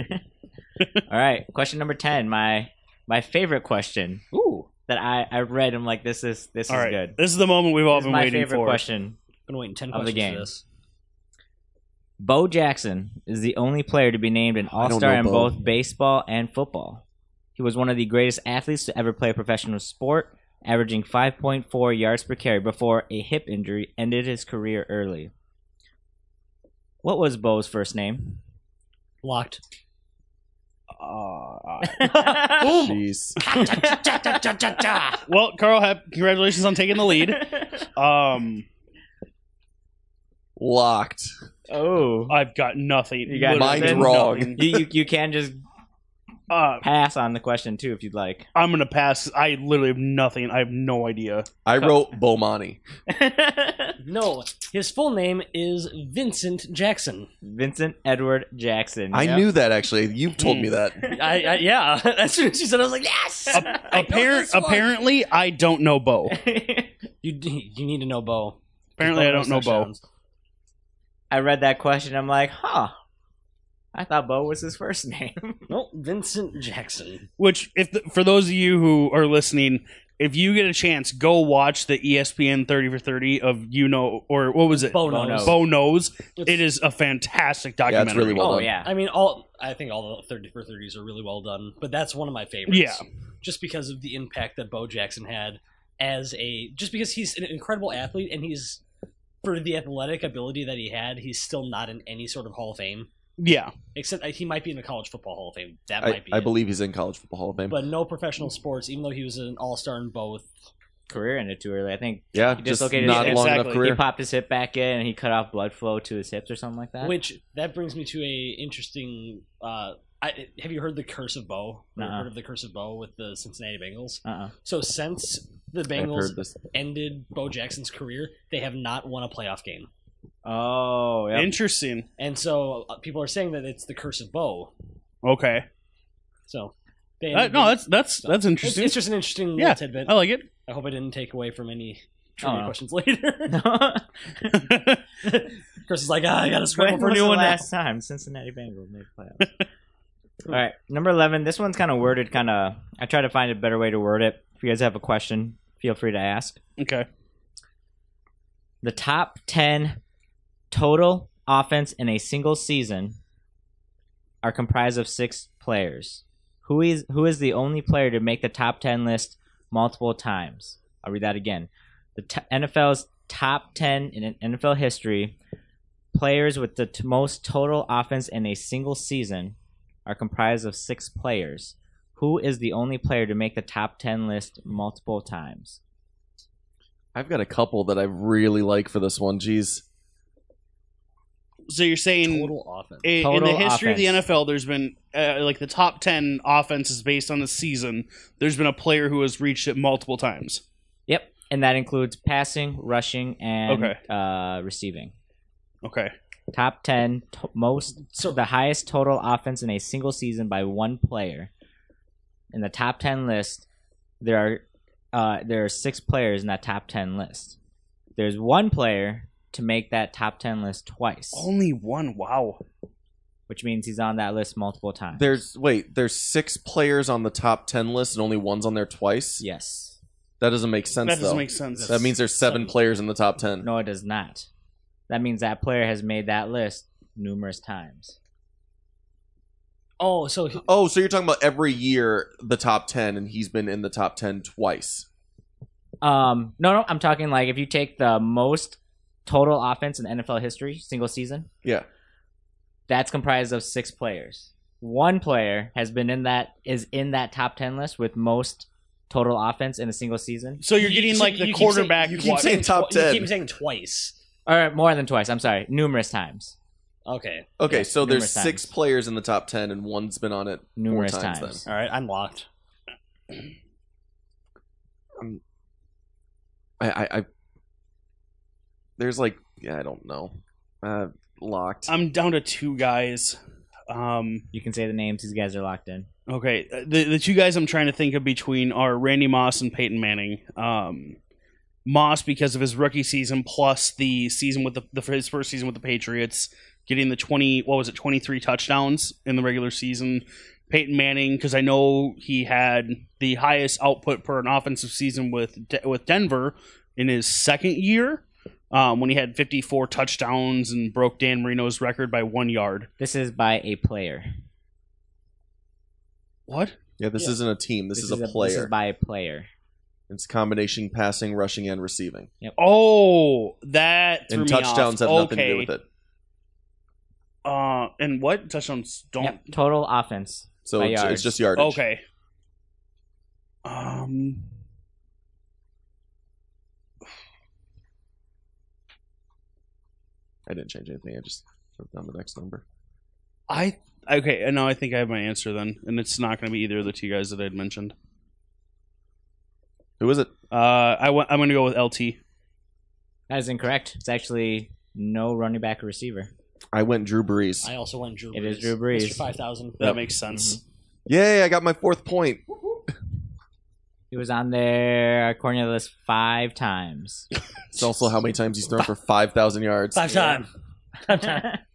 C: right, question number 10, my my favorite question
B: Ooh.
C: that I I read I'm like this is this
D: all
C: is
D: right,
C: good.
D: this is the moment we've all
C: This is
D: been
C: my
D: waiting
C: favorite
D: for.
C: question.
B: Been waiting 10
C: Of the
B: questions
C: game.
B: for this.
C: Bo Jackson is the only player to be named an
A: I
C: All
A: don't
C: Star
A: know
C: in
A: Bo.
C: both baseball and football. He was one of the greatest athletes to ever play a professional sport, averaging 5.4 yards per carry before a hip injury ended his career early. What was Bo's first name?
B: Locked.
D: Uh,
A: Jeez.
D: well, Carl, hap- congratulations on taking the lead. Um,
A: Locked.
C: oh.
D: I've got nothing.
C: You got
D: Literally
A: nothing? Mine's wrong.
D: nothing.
C: You, you, you can just
D: Uh,
C: pass on the question, too, if you'd like.
D: I'm gonna pass. I literally have nothing. I have no idea.
A: I wrote Bomani.
B: No, his full name is Vincent Jackson.
C: Vincent Edward Jackson.
A: I
C: Yep.
A: knew that actually. You've told me that.
B: I, I yeah. As soon as she said, I was like, yes. I know
D: Appar-
B: this one.
D: apparently, I don't know Bo.
B: you you need to know Bo.
D: Apparently, I don't
B: Bo
D: know Bo.
B: touchdowns.
C: I read that question. I'm like, huh. I thought Bo was his first name.
B: Nope, Vincent Jackson.
D: Which, if the, for those of you who are listening, if you get a chance, go watch the E ESPN 30 for 30 of you know or what was it?
B: Bo
C: Bo
B: knows.
D: Bo knows.
B: It's-
D: It is a fantastic
A: Yeah,
D: documentary.
A: it's really well
C: oh
A: done.
C: yeah.
B: I mean, all I think all the thirty for thirties are really well done, but that's one of my favorites.
D: Yeah.
B: just because of the impact that Bo Jackson had as a, just because he's an incredible athlete and he's for the athletic ability that he had, he's still not in any sort of Hall of Fame.
D: Yeah.
B: Except uh, he might be in the College Football Hall of Fame. That
A: I,
B: might be.
A: I
B: it.
A: believe he's in College Football Hall of Fame.
B: But no professional sports, even though he was an all star in both.
C: Career ended too early. I think
A: yeah,
C: He
A: just not
C: dislocated his-
A: a long enough
D: Exactly.
A: career.
C: he popped his hip back in and he cut off blood flow to his hips or something like that.
B: Which that brings me to a interesting. Uh, I, have you heard the curse of bow? Or
C: Nuh-uh.
B: Heard of the curse of bow with the Cincinnati Bengals?
C: uh-uh.
B: So since the
A: I've
B: Bengals
A: heard this.
B: ended Bo Jackson's career, they have not won a playoff game.
C: Oh, yeah.
D: Interesting.
B: And so uh, people are saying that it's the curse of Bo.
D: Okay.
B: So they
D: That- Uh, no, that's that's that's
B: it's,
D: interesting.
B: it's just an interesting little
D: Yeah.
B: tidbit.
D: I like it.
B: I hope I didn't take away from any trivia
C: Oh.
B: questions later.
C: when
B: Chris is like, ah, I gotta scramble for a
C: was
B: new
C: the
B: one. now."
C: last time Cincinnati Bengals made playoffs? All right, number eleven. This one's kind of worded. Kind of, I try to find a better way to word it. If you guys have a question, feel free to ask.
D: Okay.
C: The top ten total offense in a single season are comprised of six players. Who is who is the only player to make the top ten list multiple times? I'll read that again. The t- NFL's top ten in NFL history players with the t- most total offense in a single season are comprised of six players. Who is the only player to make the top ten list multiple times?
A: I've got a couple that I really like for this one. Jeez,
D: So you're saying
B: Total offense.
D: i- in
C: Total
D: the history of the
C: offense.
D: NFL, there's been uh, like the top ten offenses based on the season. There's been a player who has reached it multiple times.
C: Yep, and that includes passing, rushing, and
D: Okay.
C: uh, receiving.
D: Okay.
C: Top ten to- most,
B: So-
C: the highest total offense in a single season by one player. In the top ten list, there are uh, there are six players in that top ten list. There's one player to make that top ten list twice,
D: Only one. Wow.
C: which means he's on that list multiple times.
A: there's wait, there's six players on the top ten list, and only one's on there twice.
C: yes,
A: That doesn't make sense.
D: that doesn't
A: though.
D: make sense.
A: That means there's seven
B: Seven.
A: players in the top ten.
C: no, it does not. That means that player has made that list numerous times.
B: Oh, so he-
A: Oh, so you're talking about every year the top ten, and he's been in the top ten twice.
C: Um, no, no, I'm talking like if you take the most total offense in NFL history, single season.
A: Yeah.
C: That's comprised of six players. One player has been in that is in that top ten list with most total offense in a single season,
D: So you're getting
B: you-
D: like
B: you
D: the
B: keep saying-
D: quarterback.
A: you keep
D: wa-
A: saying top
B: tw- you
A: 10.
B: keep saying twice.
C: or more than twice. I'm sorry, numerous times,
B: Okay,
A: Okay,
C: Yeah,
A: so there's
C: numerous
A: six
C: times.
A: players in the top ten, and one's been on it.
C: numerous
A: times
C: times.
B: all right, I'm locked.
A: I, I, I there's like, yeah, I don't know, uh, locked.
D: I'm down to two guys. Um,
C: You can say the names; these guys are locked in.
D: Okay, uh, the the two guys I'm trying to think of between are Randy Moss and Peyton Manning. Um, Moss because of his rookie season plus the season with the, the his first season with the Patriots, getting the twenty what was it twenty three touchdowns in the regular season. Peyton Manning because I know he had the highest output per an offensive season with De- with Denver in his second year. Um, when he had 54 touchdowns and broke Dan Marino's record by one yard.
C: This is by a player.
D: What?
A: yeah, this
B: yeah.
A: isn't a team. This, is, a
C: This
A: player.
C: is by a player.
A: it's combination passing, rushing, and receiving,
D: Oh, that threw
A: and
D: me
A: touchdowns
D: off.
A: have nothing to
D: Okay.
A: do with it.
D: Uh, and what touchdowns don't?
C: Yep, total offense.
A: So
C: By
A: it's, it's
C: yards.
A: just yardage.
D: Okay. Um.
A: I didn't change anything. I just wrote down the next number.
D: I okay. and Now I think I have my answer then, and it's not going to be either of the two guys that I'd mentioned.
A: Who is it?
D: Uh, I w- I'm going to go with LT.
C: That is incorrect. It's actually no running back or receiver.
A: I went Drew Brees.
B: I also won Drew.
C: It
B: Brees.
C: is Drew Brees.
B: Mr. Five thousand.
D: That makes sense.
A: Yay! I got my fourth point.
C: He was on there, according to the list, five times.
A: It's also how many times he's thrown for five thousand yards.
B: Five time. Five time.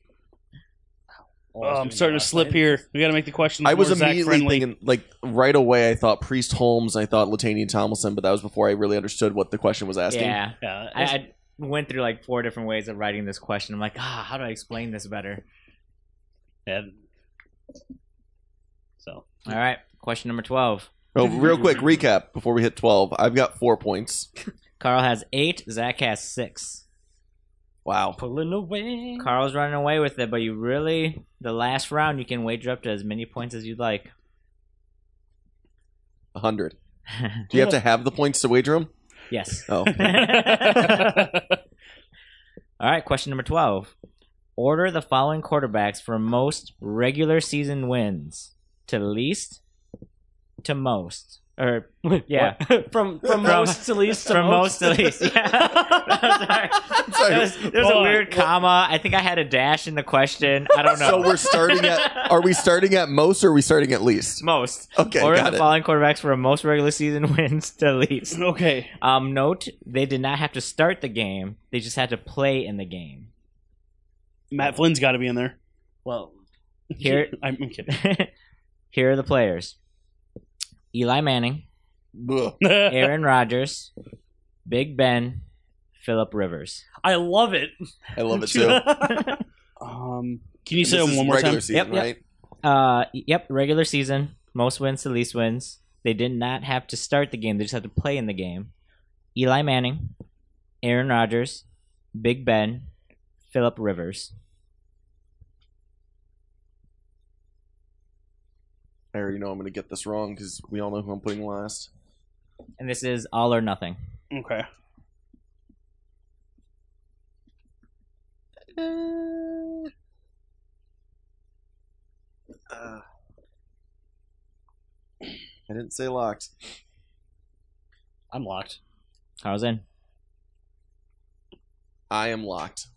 B: Oh, I
D: Oh,
B: was
D: I'm
B: doing
D: starting
B: that
D: to
B: last
D: slip
B: night.
D: here. We got to make the question.
A: I was
D: more Zach
A: immediately
D: friendly.
A: thinking, like right away, I thought Priest Holmes, I thought Latanian Tomlinson, but that was before I really understood what the question was asking.
C: Yeah.
B: Yeah,
C: I, I went through like four different ways of writing this question. I'm like, ah, how do I explain this better?
B: and- so
C: All right. Question number 12.
A: Oh, real quick recap before we hit twelve. I've got four points.
C: Carl has eight, Zach has six.
A: Wow.
B: Pulling away.
C: Carl's running away with it, but you really the last round you can wager up to as many points as you'd like.
A: 100. Do you have to have the points to wager them?
C: yes.
A: Oh.
C: All right, question number 12. Order the following quarterbacks from most regular season wins to least to most. Or yeah,
B: from from most to least to
C: from most
B: most.
C: to least. Yeah. I'm sorry. There was, there was a
D: Boy,
C: weird
D: what-
C: comma. I think I had a dash in the question. I don't know.
A: So we're starting at. Are we starting at most or are we starting at least?
C: most.
A: Okay,
C: Order
A: got
C: the
A: it.
C: following quarterbacks from most regular season wins to least.
D: Okay.
C: Um, note they did not have to start the game; they just had to play in the game.
D: Matt Flynn's got to be in there.
B: well,
C: Here,
D: I'm, I'm kidding.
C: here are the players: Eli Manning,
A: Ugh.
C: Aaron Rodgers, Big Ben, Philip Rivers.
B: I love it.
A: I love it too.
D: um, can you
A: This
D: say it
A: is
D: one more
A: regular
D: time?
A: Season,
C: Yep, yep.
A: Right?
C: Uh, yep, regular season, most wins to least wins. They did not have to start the game; they just had to play in the game. Eli Manning, Aaron Rodgers, Big Ben, Philip Rivers.
A: I already know I'm going to get this wrong because we all know who I'm putting last.
C: And this is all or nothing.
D: Okay.
A: Uh, I didn't say locked.
B: I'm locked.
C: Carl's in.
A: I am locked.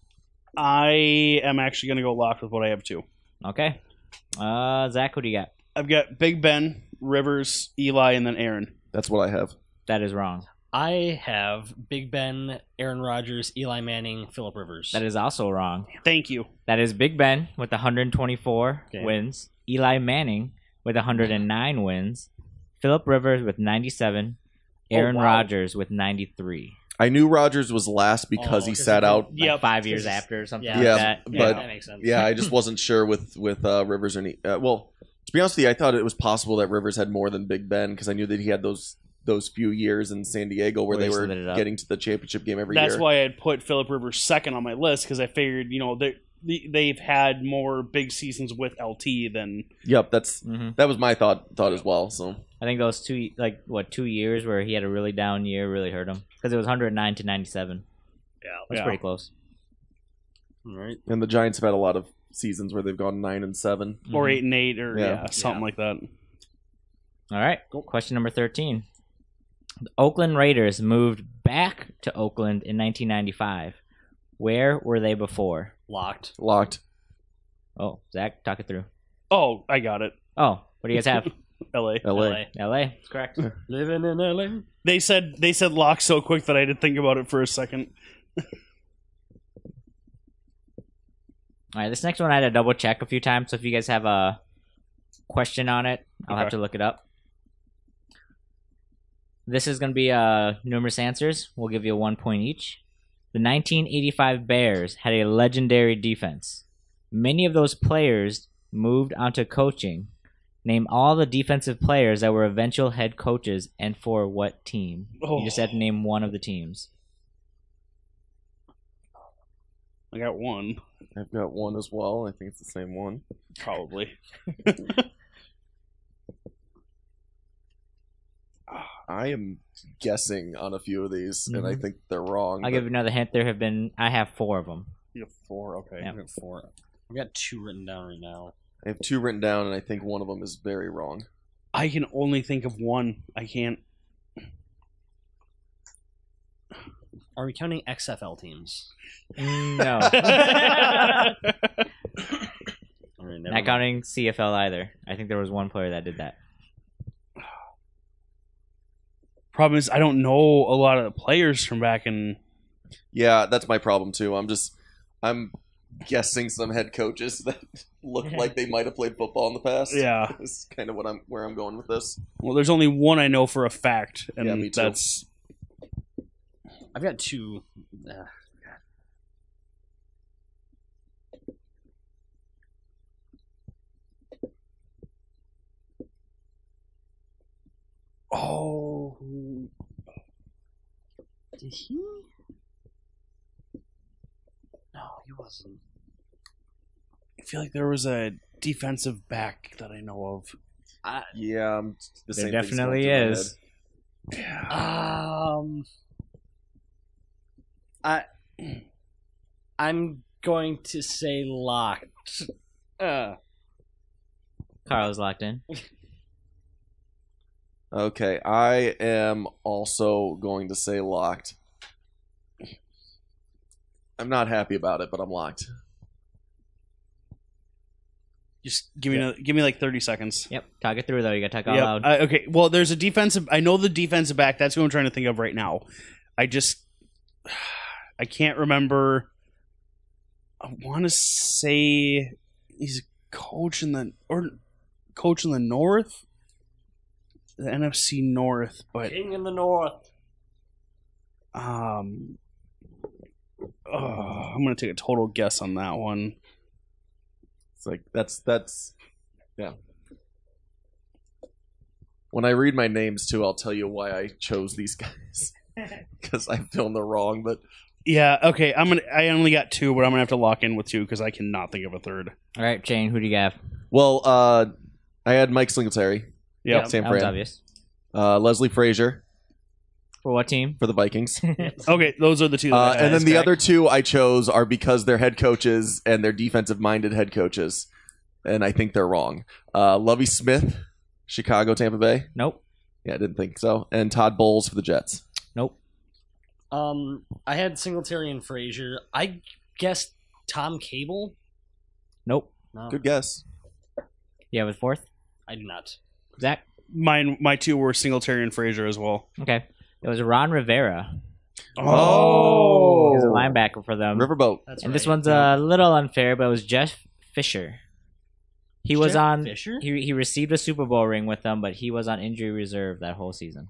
D: I am actually going to go locked with what I have too.
C: Okay. Uh, Zach, who do you got?
D: I've got Big Ben, Rivers, Eli, and then Aaron.
A: That's what I have.
C: That is wrong.
B: I have Big Ben, Aaron Rodgers, Eli Manning, Philip Rivers.
C: That is also wrong.
D: Thank you.
C: That is Big Ben with 124
B: Okay.
C: wins, Eli Manning with 109 wins, Philip Rivers with 97, Aaron
D: wow.
C: Rodgers with 93.
A: I knew Rogers was last because
B: Oh,
A: he
B: 'cause
A: sat
B: he-
A: out.
C: Like
D: Yep.
C: five years
B: This is-
C: after or something
B: yeah.
C: like
A: Yeah,
C: that.
A: but-
B: yeah, that makes sense.
A: Yeah, I just wasn't sure with with uh, Rivers and uh, well, to be honest with you, I thought it was possible that Rivers had more than Big Ben because I knew that he had those those few years in San Diego where
C: Where
A: they
C: he
A: were
C: slid it up.
A: getting to the championship game every
D: That's
A: year.
D: why I had put Philip Rivers second on my list because I figured, you know, they they- they've had more big seasons with LT than
A: Yep, that's
C: hmm
A: that was my thought thought as well. So
C: I think those two, like, what, two years where he had a really down year really hurt him because it was 109 to 97.
B: Yeah.
C: That's
D: Yeah.
C: pretty close.
B: All right.
A: and the Giants have had a lot of seasons where they've gone nine and seven.
D: or
C: Mhm.
D: eight and eight or
A: Yeah.
D: yeah, something
B: Yeah.
D: like that.
C: All right. Question number 13. The Oakland Raiders moved back to Oakland in 1995. Where were they before?
B: Locked.
A: Locked.
C: Oh, Zach, talk it through.
D: Oh, I got it.
C: Oh, what do you guys have?
D: L.A.
A: LA.
B: LA.
C: L.A. That's correct.
B: Living in LA.
D: They said they said lock so quick that I didn't think about it for a second.
C: All right. This next one I had to double check a few times. So if you guys have a question on it, I'll have
D: Okay.
C: to look it up. This is going to be uh, numerous answers. We'll give you one point each. The 1985 Bears had a legendary defense. Many of those players moved onto coaching. Name all the defensive players that were eventual head coaches and for what team. You just have to name one of the teams.
D: I got one
A: I've got one as well. I think it's the same one.
D: probably.
A: I am guessing on a few of these, and I think they're wrong.
C: I'll
A: but-
C: give you another hint. There have been, I have four of them.
D: You have four. Okay.
C: Yeah.
B: I got four. I got two written down right now.
A: I have two written down, and I think one of them is very wrong.
D: I can only think of one. I can't.
B: Are we counting XFL teams?
C: No.
B: All right, never
C: Not
B: mind.
C: counting CFL either. I think there was one player that did that.
D: Problem is, I don't know a lot of the players from back in.
A: Yeah, that's my problem too. I'm just, I'm guessing some head coaches that look like they might have played football in the past.
D: Yeah.
A: is kind of what I'm where I'm going with this.
D: Well, there's only one I know for a fact, and
A: Yeah, me too.
D: that's
B: I've got two. Uh,
D: oh,
B: did he? 2000.
D: I feel like there was a defensive back that I know of.
A: Yeah, I'm the
C: There
A: same thing's
C: definitely
A: going through my
C: is.
A: head.
B: Um, I, I'm going to say locked. Uh,
C: Carl's locked in.
A: Okay, I am also going to say locked. I'm not happy about it, but I'm locked.
D: Just give me another, give me like thirty seconds.
C: Yep. Talk it through though. You gotta talk out
D: Yep.
C: loud.
D: I- okay. Well, there's a defensive. I know the defensive back. That's who I'm trying to think of right now. I just I can't remember. I want to say he's a coach in the or coach in the North, the NFC North, but
B: King in the North.
D: um, oh, I'm gonna take a total guess on that one.
A: It's like that's that's yeah. When I read my names too, I'll tell you why I chose these guys because I feel in the wrong. But
D: Yeah. Okay. I'm gonna. I only got two, but I'm gonna have to lock in with two because I cannot think of a third.
C: All right, Jane. Who do you have?
A: well, uh, I had Mike Singletary,
D: Yep.
A: Sam
C: that was
A: Fran,
C: obvious.
A: uh, Leslie Frazier
C: For what team?
A: for the Vikings.
D: Okay. Those are the two. That I
A: Uh,
D: had.
A: and then the
D: Correct.
A: other two I chose are because they're head coaches and they're defensive minded head coaches. And I think they're wrong. Uh, Lovey Smith, Chicago, Tampa Bay.
C: Nope.
A: Yeah, I didn't think so. And Todd Bowles for the Jets.
C: Nope.
B: Um, I had Singletary and Frazier. I guessed Tom Cable.
C: Nope.
B: No,
A: Good guess.
C: You have a fourth.
B: I did not.
C: Zach.
D: Mine, my two were Singletary and Frazier as well.
C: Okay. It was Ron Rivera.
A: Oh.
C: He was a linebacker for them.
A: Riverboat.
B: That's
C: and
B: right.
C: this one's uh, a little unfair, but it was Jeff Fisher. He was
B: Jeff
C: on.
B: Fisher.
C: He he received a Super Bowl ring with them, but he was on injury reserve that whole season.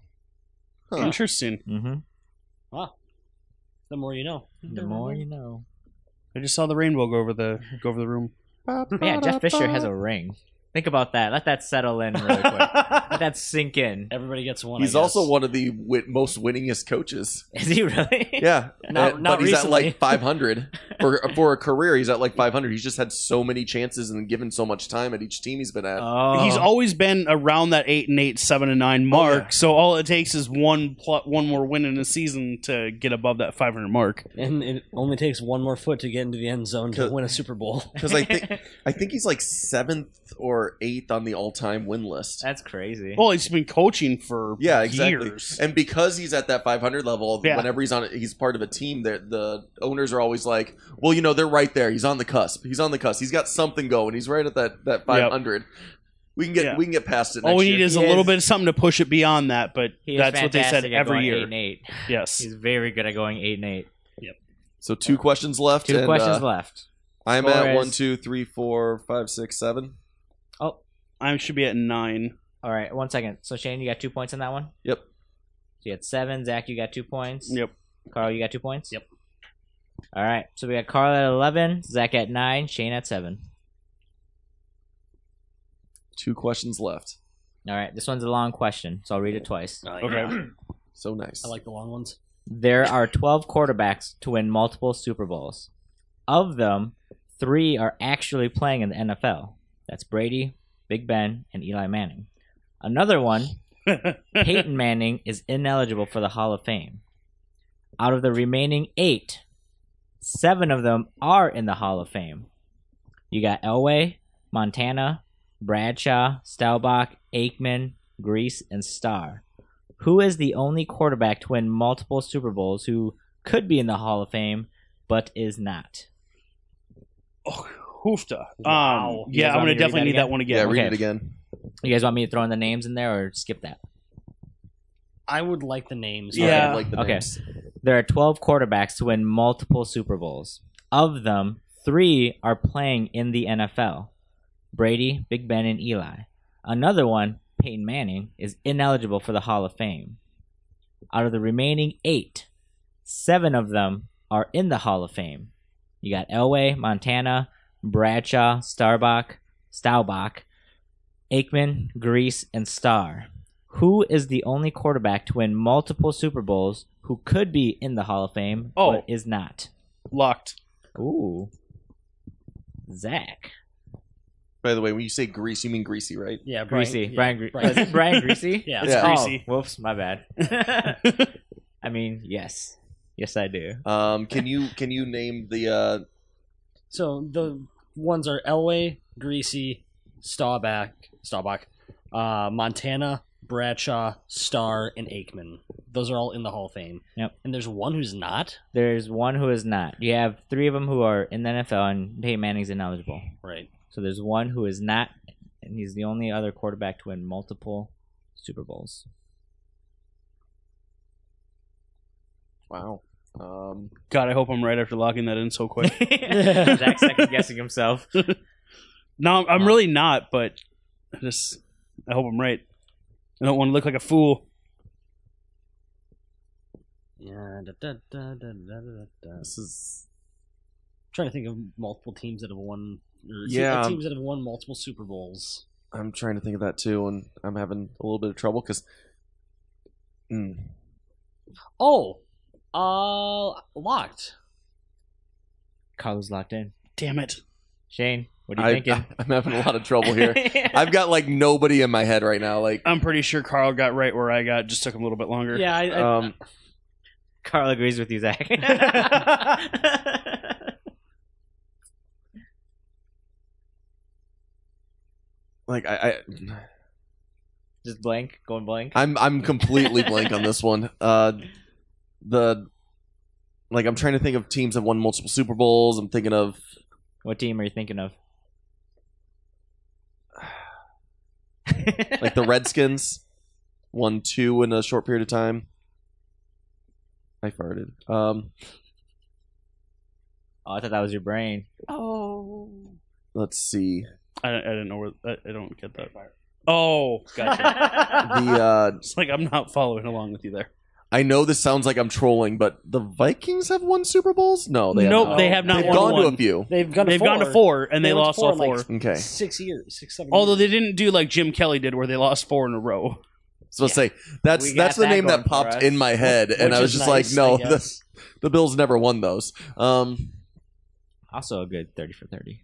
A: Huh.
D: Oh, interesting.
C: Mm-hmm.
B: Wow. The more you know.
C: The more you know.
D: I just saw the rainbow go over the go over the room.
C: Yeah, Jeff Fisher has a ring. Think about that. Let that settle in really quick. Let that sink in.
B: Everybody gets one. I
A: He's
B: guess.
A: also one of the wi- most winningest coaches.
C: Is he really?
A: Yeah,
B: Not-
A: Uh,
B: not
A: but he's at
B: recently.
A: like 500 for for a career. He's at like 500. He's just had so many chances and given so much time at each team he's been at.
D: Uh.
C: Oh.
D: He's always been around that eight and eight, seven and
A: Oh,
D: nine mark. So all it takes is one plot, one more win in a season to get above that five hundred mark.
B: And it only takes one more foot to get into the end zone to
A: Cause-
B: win a Super Bowl.
A: Because I think I think he's like seventh or eighth on the all-time win list.
C: That's crazy.
D: Well, he's been coaching for
A: Yeah, exactly.
D: years.
A: And because he's at that 500 level,
D: Yeah.
A: whenever he's on, he's part of a team. that the owners are always like, "Well, you know, they're right there. He's on the cusp. He's on the cusp. He's got something going. He's right at that that 500. We can get
D: Yeah.
A: we can get past it. Next
D: all we
A: year.
D: need is a
C: He
D: little
C: is-
D: bit of something to push it beyond that. But
C: He is
D: that's what they said
C: fantastic at
D: every
C: going
D: year.
C: Eight and eight.
D: Yes.
C: He's very good at going eight and eight.
A: so two questions left.
C: Two
A: and,
C: questions
A: uh,
C: left.
A: I'm
C: Score
A: at
C: is-
A: one, two, three, four, five, six, seven.
D: I should be at nine.
C: All right, one second. So Shane, you got two points on that one.
A: Yep.
C: So you had seven. Zach, you got two points.
D: Yep.
C: Carl, you got two points.
B: Yep.
C: All right. So we got Carl at eleven, Zach at nine, Shane at seven.
A: Two questions left.
C: All right. This one's a long question, so I'll read it twice.
D: Okay.
A: So nice.
B: I like the long ones.
C: There are 12 quarterbacks to win multiple Super Bowls. Of them, three are actually playing in the NFL. That's Brady, Big Ben, and Eli Manning. Another one, Peyton Manning, is ineligible for the Hall of Fame. Out of the remaining eight, seven of them are in the Hall of Fame. You got Elway, Montana, Bradshaw, Staubach, Aikman, Grease, and Starr who is the only quarterback to win multiple Super Bowls who could be in the Hall of Fame but is not?
D: Oh, hoofta.
C: Wow.
D: Um, yeah,
C: You guys want me
D: I'm gonna
C: to read
D: definitely
C: that
D: need
C: again?
D: that one again.
A: yeah, read
C: okay.
A: it again.
C: You guys want me to throw in the names in there or skip that?
B: I would like the names.
A: Sorry, I
D: Yeah.
A: like the
C: Okay.
A: names.
C: There are 12 quarterbacks to win multiple Super Bowls. Of them, three are playing in the NFL Brady, Big Ben, and Eli. Another one, Peyton Manning, is ineligible for the Hall of Fame. Out of the remaining eight, seven of them are in the Hall of Fame. You got Elway, Montana, Bradshaw, Starbuck, Staubach, Aikman, Grease, and Starr. Who is the only quarterback to win multiple Super Bowls who could be in the Hall of Fame
D: Oh.
C: but is not?
D: Locked.
C: Ooh. Zach.
A: By the way, when you say grease, you mean greasy, right?
B: Yeah, Brian,
C: Greasy.
B: yeah,
C: Brian, Gre-
B: Brian.
C: Brian. Brian Greasy?
B: Yeah.
D: It's
A: Yeah.
D: greasy.
C: Oh, whoops, my bad. I mean, yes. Yes, I do.
A: Um, can you can you name the uh,
B: So the ones are Elway, Greasy, Staubach, Staubach, uh, Montana, Bradshaw, Starr, and Aikman. Those are all in the Hall of Fame.
C: Yep.
B: And there's one who's not.
C: There's one who is not. You have three of them who are in the NFL, and Peyton Manning's ineligible.
B: Right.
C: So there's one who is not, and he's the only other quarterback to win multiple Super Bowls.
A: wow? Um,
D: God, I hope I'm right after locking that in so quick.
C: Zach second guessing himself.
D: no, I'm
C: Wow.
D: really not, but I just I hope I'm right. I don't want to look like a fool.
B: Yeah. Da, da, da, da, da, da, da.
A: this is
B: trying to think of multiple teams that have won. Or
A: Yeah.
B: Teams that have won multiple Super Bowls.
A: I'm trying to think of that too, and I'm having a little bit of trouble hmm, because.
B: Oh, uh, locked.
C: Carlos locked in.
D: Damn it.
C: Shane, what are you
A: I,
C: thinking?
A: I, am having a lot of trouble here. I've got like nobody in my head right now. Like,
D: I'm pretty sure Carl got right where I got. Just took him a little bit longer.
B: Yeah. I, I,
A: um,
C: Carl agrees with you, Zach.
A: like I, I,
C: Just blank, going blank.
A: I'm I'm completely blank on this one. Uh, the like I'm trying to think of teams that won multiple Super Bowls. I'm thinking of
C: What team are you thinking of?
A: like the Redskins won two in a short period of time. I farted. Um,
C: Oh, I thought that was your brain.
A: let's see
D: I, I didn't know where. I, I don't get that. Oh, gotcha.
A: the. Uh,
D: it's like I'm not following along with you there.
A: I know this sounds like I'm trolling, but the Vikings have won Super Bowls. No, they
D: nope,
A: have not.
D: they have not
A: They've
D: won
A: gone
D: one.
A: to a few.
B: they've gone.
D: They've
B: to four.
D: gone to four, and they,
B: They went to
D: lost
B: four
D: all
B: in, like,
D: four.
A: Okay, so
B: Six years, six seven.
D: Although
B: years.
D: they didn't do like Jim Kelly did, where they lost four in a row.
A: let's say that's
C: We got
A: that's the
C: that
A: name
C: going
A: that
C: for
A: popped
C: us.
A: in my head, and
B: Which
A: I was
B: is
A: just like,
B: nice,
A: no,
B: I
A: the,
B: guess.
A: the Bills never won those. Um,
C: Also a good 30 for 30.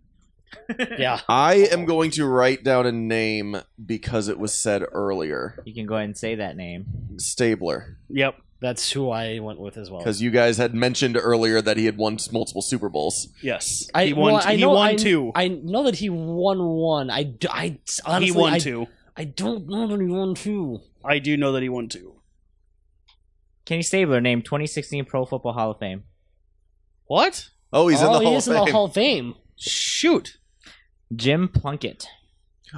B: yeah.
A: I am going to write down a name because it was said earlier.
C: You can go ahead and say that name.
A: Stabler,
D: Yep.
B: That's who I went with as well.
A: because you guys had mentioned earlier that he had won multiple Super Bowls.
D: Yes.
B: I-
D: he won.
B: well, I
D: he
B: know-
D: won
B: I-
D: two.
B: I know that he won one. I, d- I honestly,
D: he won
B: I,
D: two.
B: I don't know that he won two.
D: I do know that he won two.
C: Kenny Stabler named 2016 Pro Football Hall of Fame.
D: What?
A: Oh, he's in
B: Oh,
A: the
B: he
A: Hall of
B: is in the
A: Fame.
B: Hall of Fame.
D: Shoot.
C: Jim Plunkett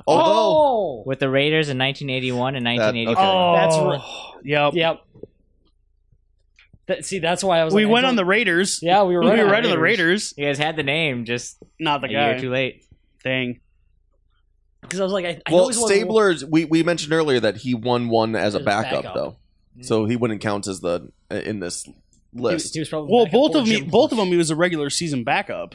A: Although
B: Oh!
C: with the Raiders in 1981 and
A: That-
C: 1984.
D: Oh.
B: That's
D: right. Yep.
B: Yep. That, see, that's why I was.
D: We
B: like, I
D: went
B: don't-
D: on the Raiders.
B: Yeah, we were.
D: We
B: Right
D: were
B: on
D: right on the Raiders.
C: You guys had the name, just
D: Not the
C: a year
D: guy.
C: too late.
D: Dang.
B: Because I was like, I, I know
A: well,
B: he's won
A: Stabler, we, we mentioned earlier that he won one as a
B: As a
A: backup,
B: backup.
A: though, so he wouldn't count as the uh, in this
B: One, he,
A: list.
B: was- he was probably
D: Well,
B: back up
D: both
B: for
D: of me,
B: Jim
D: both of them,
B: Plunkett.
D: he was a regular season backup,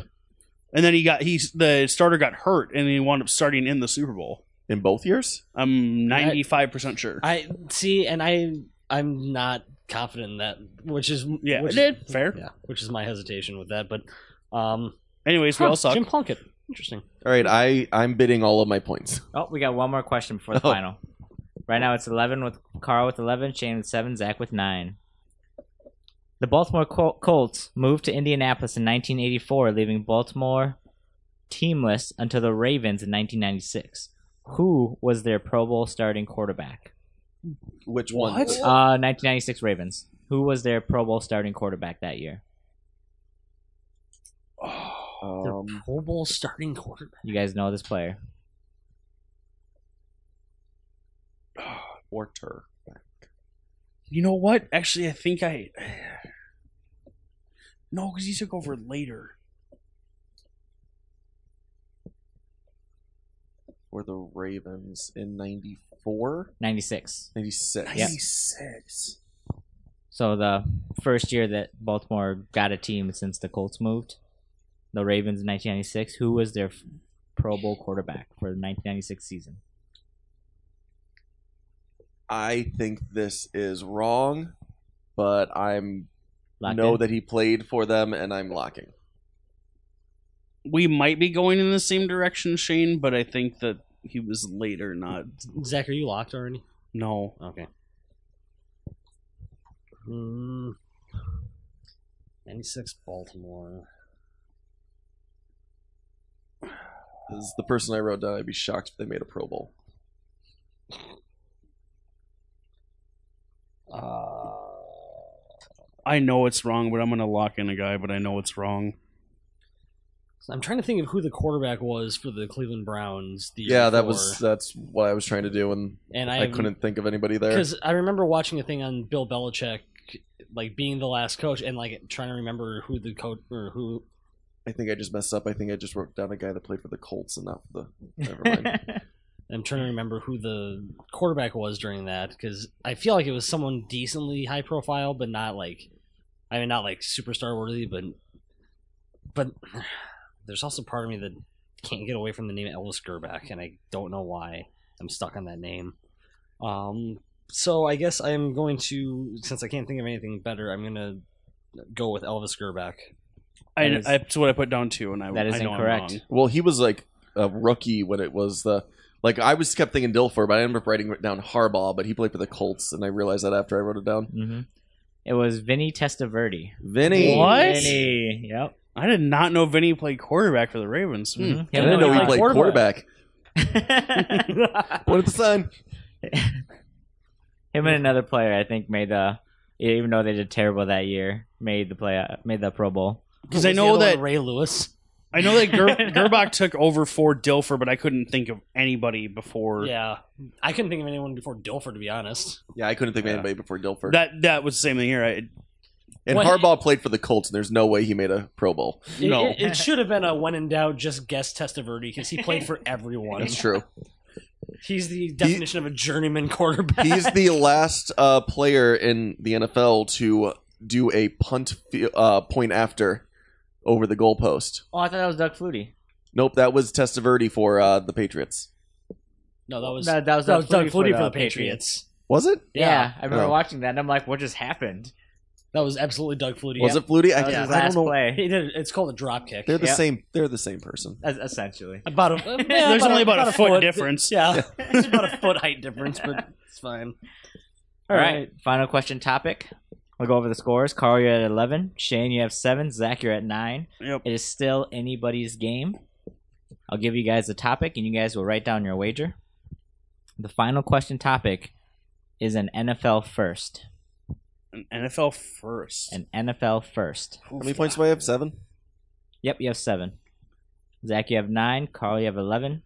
D: and then he got he the starter got hurt, and he wound up starting in the Super Bowl.
A: in both years.
D: I'm 95 percent sure.
B: I see, and I, I'm not confident in that, which is
D: yeah,
B: which,
D: eh, fair.
B: yeah, which is my hesitation with that. But, um,
D: Anyways, we
B: huh,
D: all suck.
B: Jim Plunkett, interesting.
A: All right, I I'm bidding all of my points.
C: Oh, we got one more question before the
A: Oh.
C: final. Right now it's 11 with Carl with 11, Shane with 7, Zach with 9. The Baltimore Col- Colts moved to Indianapolis in 1984, leaving Baltimore teamless until the Ravens in 1996. Who was their Pro Bowl starting quarterback?
A: Which
D: one?
A: one?
D: What?
C: Uh, 1996 Ravens. Who was their Pro Bowl starting quarterback that year?
A: Um,
B: Pro Bowl starting quarterback.
C: You guys know this player.
A: Porter.
D: You know what? Actually, I think I. No, because he took over later.
A: Or the Ravens in 94,
C: 96.
A: 96.
D: 96.
C: So the first year that Baltimore got a team since the Colts moved, the Ravens in 1996. Who was their f- Pro Bowl quarterback for the 1996 season?
A: I think this is wrong, but I'm
C: Locked
A: know
C: in?
A: that he played for them, and I'm locking.
D: we might be going in the same direction, Shane, but I think that he was later, not
B: Zach, are you locked already?
D: no.
B: Okay. Hmm. 96 Baltimore.
A: This is the person I wrote down. I'd be shocked if they made a Pro Bowl.
B: Uh,
D: I know it's wrong, but I'm gonna lock in a guy, but I know it's wrong.
B: I'm trying to think of who the quarterback was for the Cleveland Browns. The year
A: Yeah, that
B: before.
A: was that's what I was trying to do, and
B: and
A: I, couldn't think of anybody there.
B: because I remember watching a thing on Bill Belichick, like being the last coach, and like trying to remember who the coach or who.
A: I think I just messed up. I think I just wrote down a guy that played for the Colts and not for the. Never mind.
B: I'm trying to remember who the quarterback was during that because I feel like it was someone decently high profile, but not like, I mean, not like superstar worthy, but but there's also part of me that can't get away from the name Elvis Gerback, and I don't know why I'm stuck on that name. Um, so I guess I'm going to, since I can't think of anything better, I'm gonna go with Elvis Gerback.
D: I,
C: That is-
D: I- that's what I put down too, and I
C: That is
D: I know I'm
C: incorrect.
D: wrong.
A: well, he was like a rookie when it was the. Like I was kept thinking Dilfer, but I ended up writing down Harbaugh. But he played for the Colts, and I realized that after I wrote it down.
C: hmm It was Vinny Testaverde.
A: Vinny,
D: What?
C: Vinny. Yep.
D: I did not know Vinny played quarterback for the Ravens. Hmm.
C: Mhm.
A: I didn't know he played quarterback.
C: quarterback.
A: What at the sign?
C: Him and another player, I think, made the even though they did terrible that year, made the play made the Pro Bowl.
D: Because I
B: Was the
D: know
B: other one
D: that
B: Ray Lewis.
D: I know that Ger- Gerbach took over for Dilfer, but I couldn't think of anybody before.
B: Yeah, I couldn't think of anyone before Dilfer, to be honest.
A: Yeah, I couldn't think of
D: Yeah.
A: anybody before Dilfer.
D: That that was the same thing here. I,
A: and
B: What-
A: Harbaugh played for the Colts, and there's no way he made a Pro Bowl.
B: It-
D: No.
B: It, it should have been a when in doubt, just guess Testaverde because he played for everyone.
A: That's true.
B: He's the definition of a journeyman quarterback.
A: He's the last uh, player in the NFL to do a punt fi- uh, point after over the goalpost.
C: Oh, I thought that was Doug Flutie.
A: Nope, that was Testaverde for uh, the Patriots.
B: no, that was,
C: No, that was
B: that was Doug
C: Doug
B: Flutie
C: Flutie
B: for the Patriots.
A: Was it?
C: Yeah,
B: Yeah,
C: I remember
A: Oh.
C: watching that, and I'm like, what just happened?
B: that was absolutely Doug Flutie.
A: Was it Flutie?
C: That
A: I,
C: was
A: yeah,
C: his
A: I
C: last
A: don't know.
C: play,
B: He did- It's called a drop kick.
A: They're the
C: Yeah.
A: same. They're the same person.
C: Es- essentially.
B: About a, yeah,
D: there's
B: about
D: only about, a foot,
B: foot
D: difference.
B: Yeah, it's about a foot height difference, but it's fine.
C: All right, final question topic. We'll go over the scores. Carl, you're at 11. Shane, you have seven. Zach, you're at nine.
D: Yep.
C: It is still anybody's game. I'll give you guys the topic, and you guys will write down your wager. The final question topic is an NFL first.
D: An NFL first.
C: An NFL first.
A: How many points do I have? Seven.
C: Yep, you have seven. Zach, you have nine. Carl, you have 11.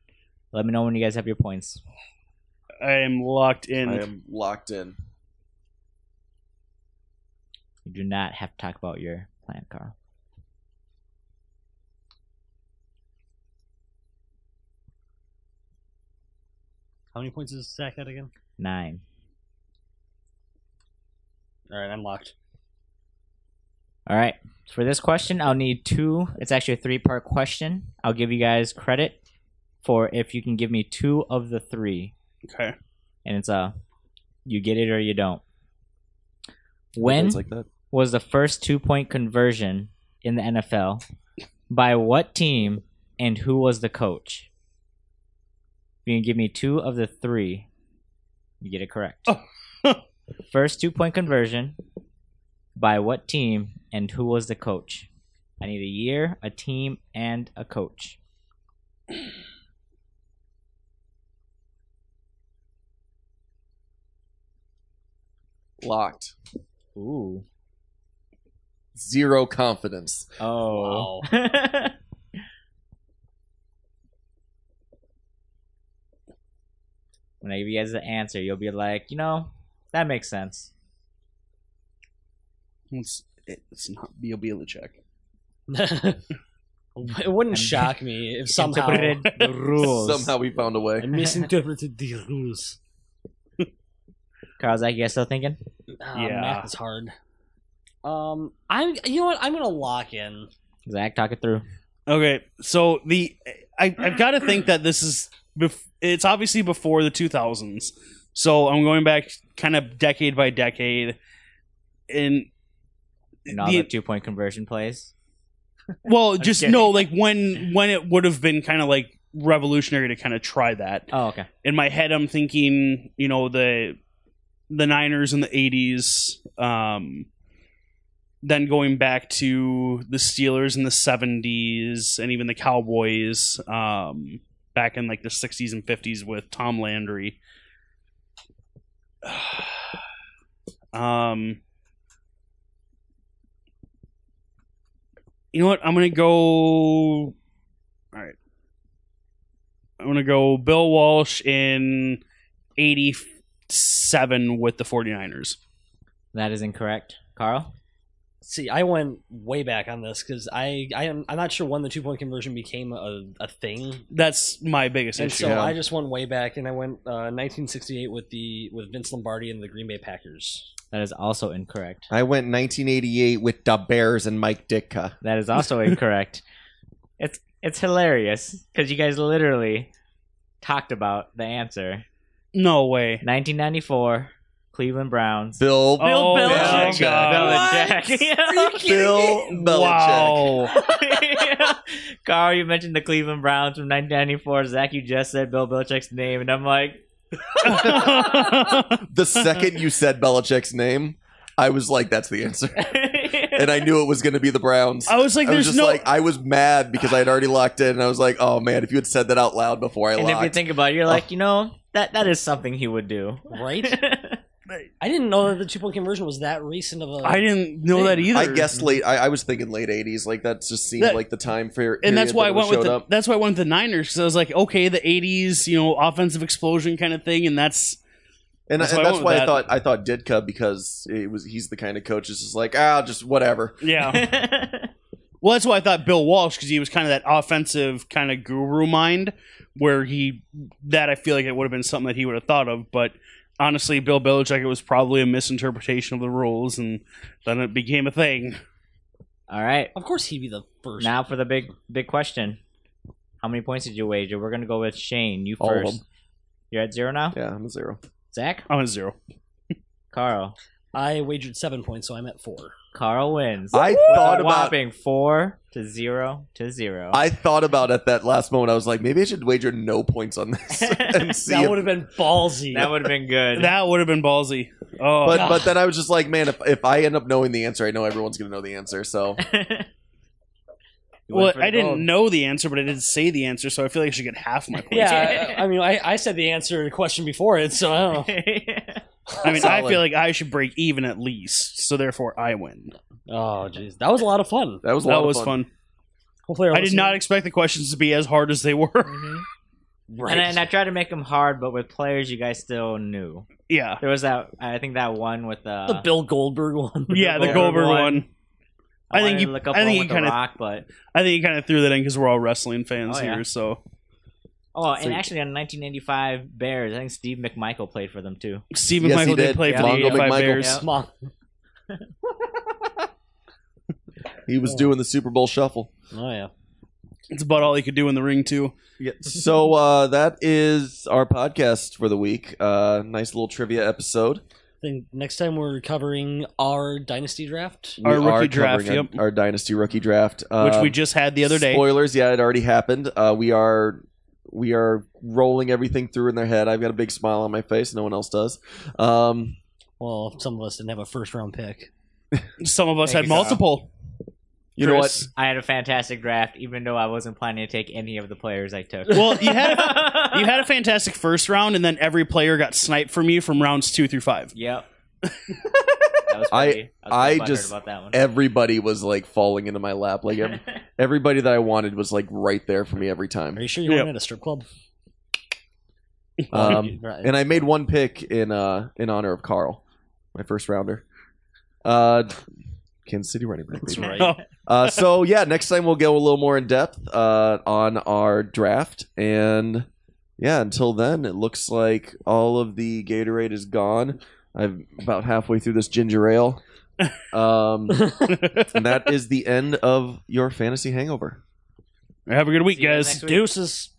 C: Let me know when you guys have your points.
D: I am locked in.
A: I am locked in.
C: You do not have to talk about your plan, Carl.
B: How many points is Zach at again?
C: Nine.
B: All right, I'm locked.
C: All right. For this question, I'll need two. It's actually a three part question. I'll give you guys credit for if you can give me two of the three.
D: Okay.
C: And it's a you get it or you don't. When
A: It's like that.
C: was the first two point conversion in the NFL? By what team and who was the coach? If you can give me two of the three, you get it correct.
D: Oh.
C: first two point conversion by what team and who was the coach? I need a year, a team, and a coach.
A: Locked.
C: Ooh.
A: Zero confidence.
C: Oh.
B: Wow.
C: when I give you guys the answer, you'll be like, you know, that makes sense.
D: It's, it's not Bill Belichick.
B: it wouldn't shock me if somehow
C: Interpreted the rules.
A: Somehow we found a
B: I
A: way.
B: misinterpreted the rules.
C: Carl, Zach, you guys still thinking?
B: Ah,
D: Yeah.
B: math is hard. Um, I'm. You know what? I'm gonna lock in.
C: Zach, talk it through.
D: Okay, so the I, I've got to think that this is bef- it's obviously before the 2000s. So I'm going back kind of decade by decade, and
C: And all
D: the-
C: the two point conversion plays.
D: Well, just
C: kidding.
D: no, like when when it would have been kind of like revolutionary to kind of try that.
C: Oh, okay.
D: In my head, I'm thinking, you know, the the Niners in the '80s, um, then going back to the Steelers in the '70s, and even the Cowboys um, back in like the '60s and '50s with Tom Landry. um, you know what? I'm gonna go. All right, I'm gonna go Bill Walsh in '87 with the 49ers.
C: That is incorrect, Carl.
B: See, I went way back on this because I, I am, I'm not sure when the two point conversion became a, a thing.
D: That's my biggest
B: And
D: issue.
B: so
A: yeah.
B: I just went way back, and I went uh, 1968 with the with Vince Lombardi and the Green Bay Packers.
C: That is also incorrect.
A: I went 1988 with the Bears and Mike Ditka.
C: That is also incorrect. It's it's hilarious because you guys literally talked about the answer.
D: no way.
C: 1994, Cleveland Browns.
A: Bill,
D: Oh,
C: Bill
A: Belichick.
D: my God.
C: Belichick.
A: Bill Belichick.
D: Wow.
C: Carl, you mentioned the Cleveland Browns from 1994. Zach, you just said Bill Belichick's name, and I'm like,
A: The second you said Belichick's name, I was like, "That's the answer," and I knew it was going to be the Browns.
D: I was like,
A: I was
D: there's
A: just
D: no.
A: like, I was mad because I had already locked in, and I was like, "Oh man, if you had said that out loud before I
C: and if you
A: locked."
C: think about it, you're
A: Oh.
C: like, you know, that that is something he would do.
B: Right? I didn't know that the two point conversion was that recent of a.
D: I didn't know that either.
A: I guessed late. I, I was thinking late '80s. Like that just seemed
D: That-
A: like the time for,
D: and that's why I went with the,
A: up.
D: that's why I went with the Niners because I was like, okay, the '80s, you know, offensive explosion kind of thing, and that's
A: And
D: That's
A: and
D: why I
A: that's
D: went
A: why
D: with
A: I
D: that.
A: thought I thought Ditka because it was he's the kind of coach that's just like ah just whatever.
D: yeah. well, that's why I thought Bill Walsh because he was kind of that offensive kind of guru mind, where he that I feel like it would have been something that he would have thought of, but honestly, Bill Belichick it was probably a misinterpretation of the rules, and then it became a thing.
C: All right.
B: of course, he'd be the first.
C: Now for the big big question. How many points did you wager? We're gonna go with Shane. You
A: All of
C: first.
A: them.
C: You're at zero now?
A: Yeah, I'm a zero.
C: Zach?
D: I'm a zero.
C: Carl.
B: I wagered seven points, so I'm at four.
C: Carl wins.
A: I
C: With
A: thought
C: a
A: about
C: whopping four to zero to zero.
A: I thought about at that last moment. I was like, maybe I should wager no points on this and see.
B: that
A: if-
B: would have been ballsy.
C: that would have been good.
D: That would have been ballsy. Oh,
A: but
B: God.
A: but then I was just like, man, if, if I end up knowing the answer, I know everyone's gonna know the answer. So
C: You went
D: well,
C: for the
D: I didn't
C: gold.
D: know the answer, but I did say the answer, so I feel like I should get half my points.
B: yeah, I I mean, I, I said the answer to the question before it, so I don't know.
D: I mean, I
A: Solid.
D: feel like I should break even at least, so therefore I win.
B: Oh, jeez. That was a lot of fun.
A: that was a lot
D: That
A: of
D: was
A: fun.
D: fun.
B: Hopefully, our
D: I did not
B: listeners-
D: expect the questions to be as hard as they were.
C: Mhm.
B: Right.
C: and, I, and I tried to make them hard, but with players you guys still knew.
D: yeah,
C: There was that I think that one with uh,
B: the Bill Goldberg one.
D: yeah, the
A: Goldberg
D: Goldberg
C: one.
D: one. I think
C: wanted
D: you-
C: to look up
D: I think
C: one
D: you
C: with the
D: kinda-
C: rock, but
D: I think you kind of threw that in because we're all wrestling fans
C: Oh, yeah.
D: here. So
C: oh, and
A: So-
C: actually on 1985 Bears, I think Steve McMichael played for them too.
D: Stephen
A: Yes, he
D: Michael did,
A: did.
D: play
C: Yeah.
D: for the
A: Mongo
D: 85
A: McMichael.
D: Bears.
C: Yeah.
B: Come on.
A: He was doing the Super Bowl shuffle.
B: Oh, yeah.
D: It's about all he could do in the ring too.
A: Yeah. So uh, that is our podcast for the week. Uh, nice little trivia episode.
B: I think next time we're covering our dynasty draft.
A: We
D: Our rookie
A: are
D: draft,
A: covering
D: yep.
A: Our, our dynasty rookie draft,
D: Which
A: Um,
D: we just had the other day.
A: Spoilers, yeah, it already happened. Uh, we are we are rolling everything through in their head. I've got a big smile on my face. No one else does. Um,
B: Well, some of us didn't have a first round pick.
D: Some of us
C: Thank
D: had
C: you, Kyle.
D: multiple.
A: you know what?
D: Chris.
C: I had a fantastic draft, even though I wasn't planning to take any of the players I took.
D: Well, you had a, you had a fantastic first round, and then every player got sniped from you from rounds two through five.
C: yep. That was
A: I-
C: pretty. I, was
A: I
C: butthurt
A: just-
C: about that one.
A: Everybody was like falling into my lap. Like ev- everybody that I wanted was like right there for me every
B: Are
A: time.
B: you sure you
D: Yep.
B: weren't at a strip club?
A: Um,
B: Right.
A: and I made one pick in uh, in honor of Carl, my first rounder. Uh, Kansas City running back.
B: That's
A: baby.
B: right.
D: Oh,
A: Uh, so yeah, next time we'll go a little more in depth uh, on our draft, and yeah, until then, it looks like all of the Gatorade is gone. I'm about halfway through this ginger ale, um, and that is the end of your fantasy hangover.
D: have a good week,
C: See you guys
D: guys.
C: next week.
B: Deuces.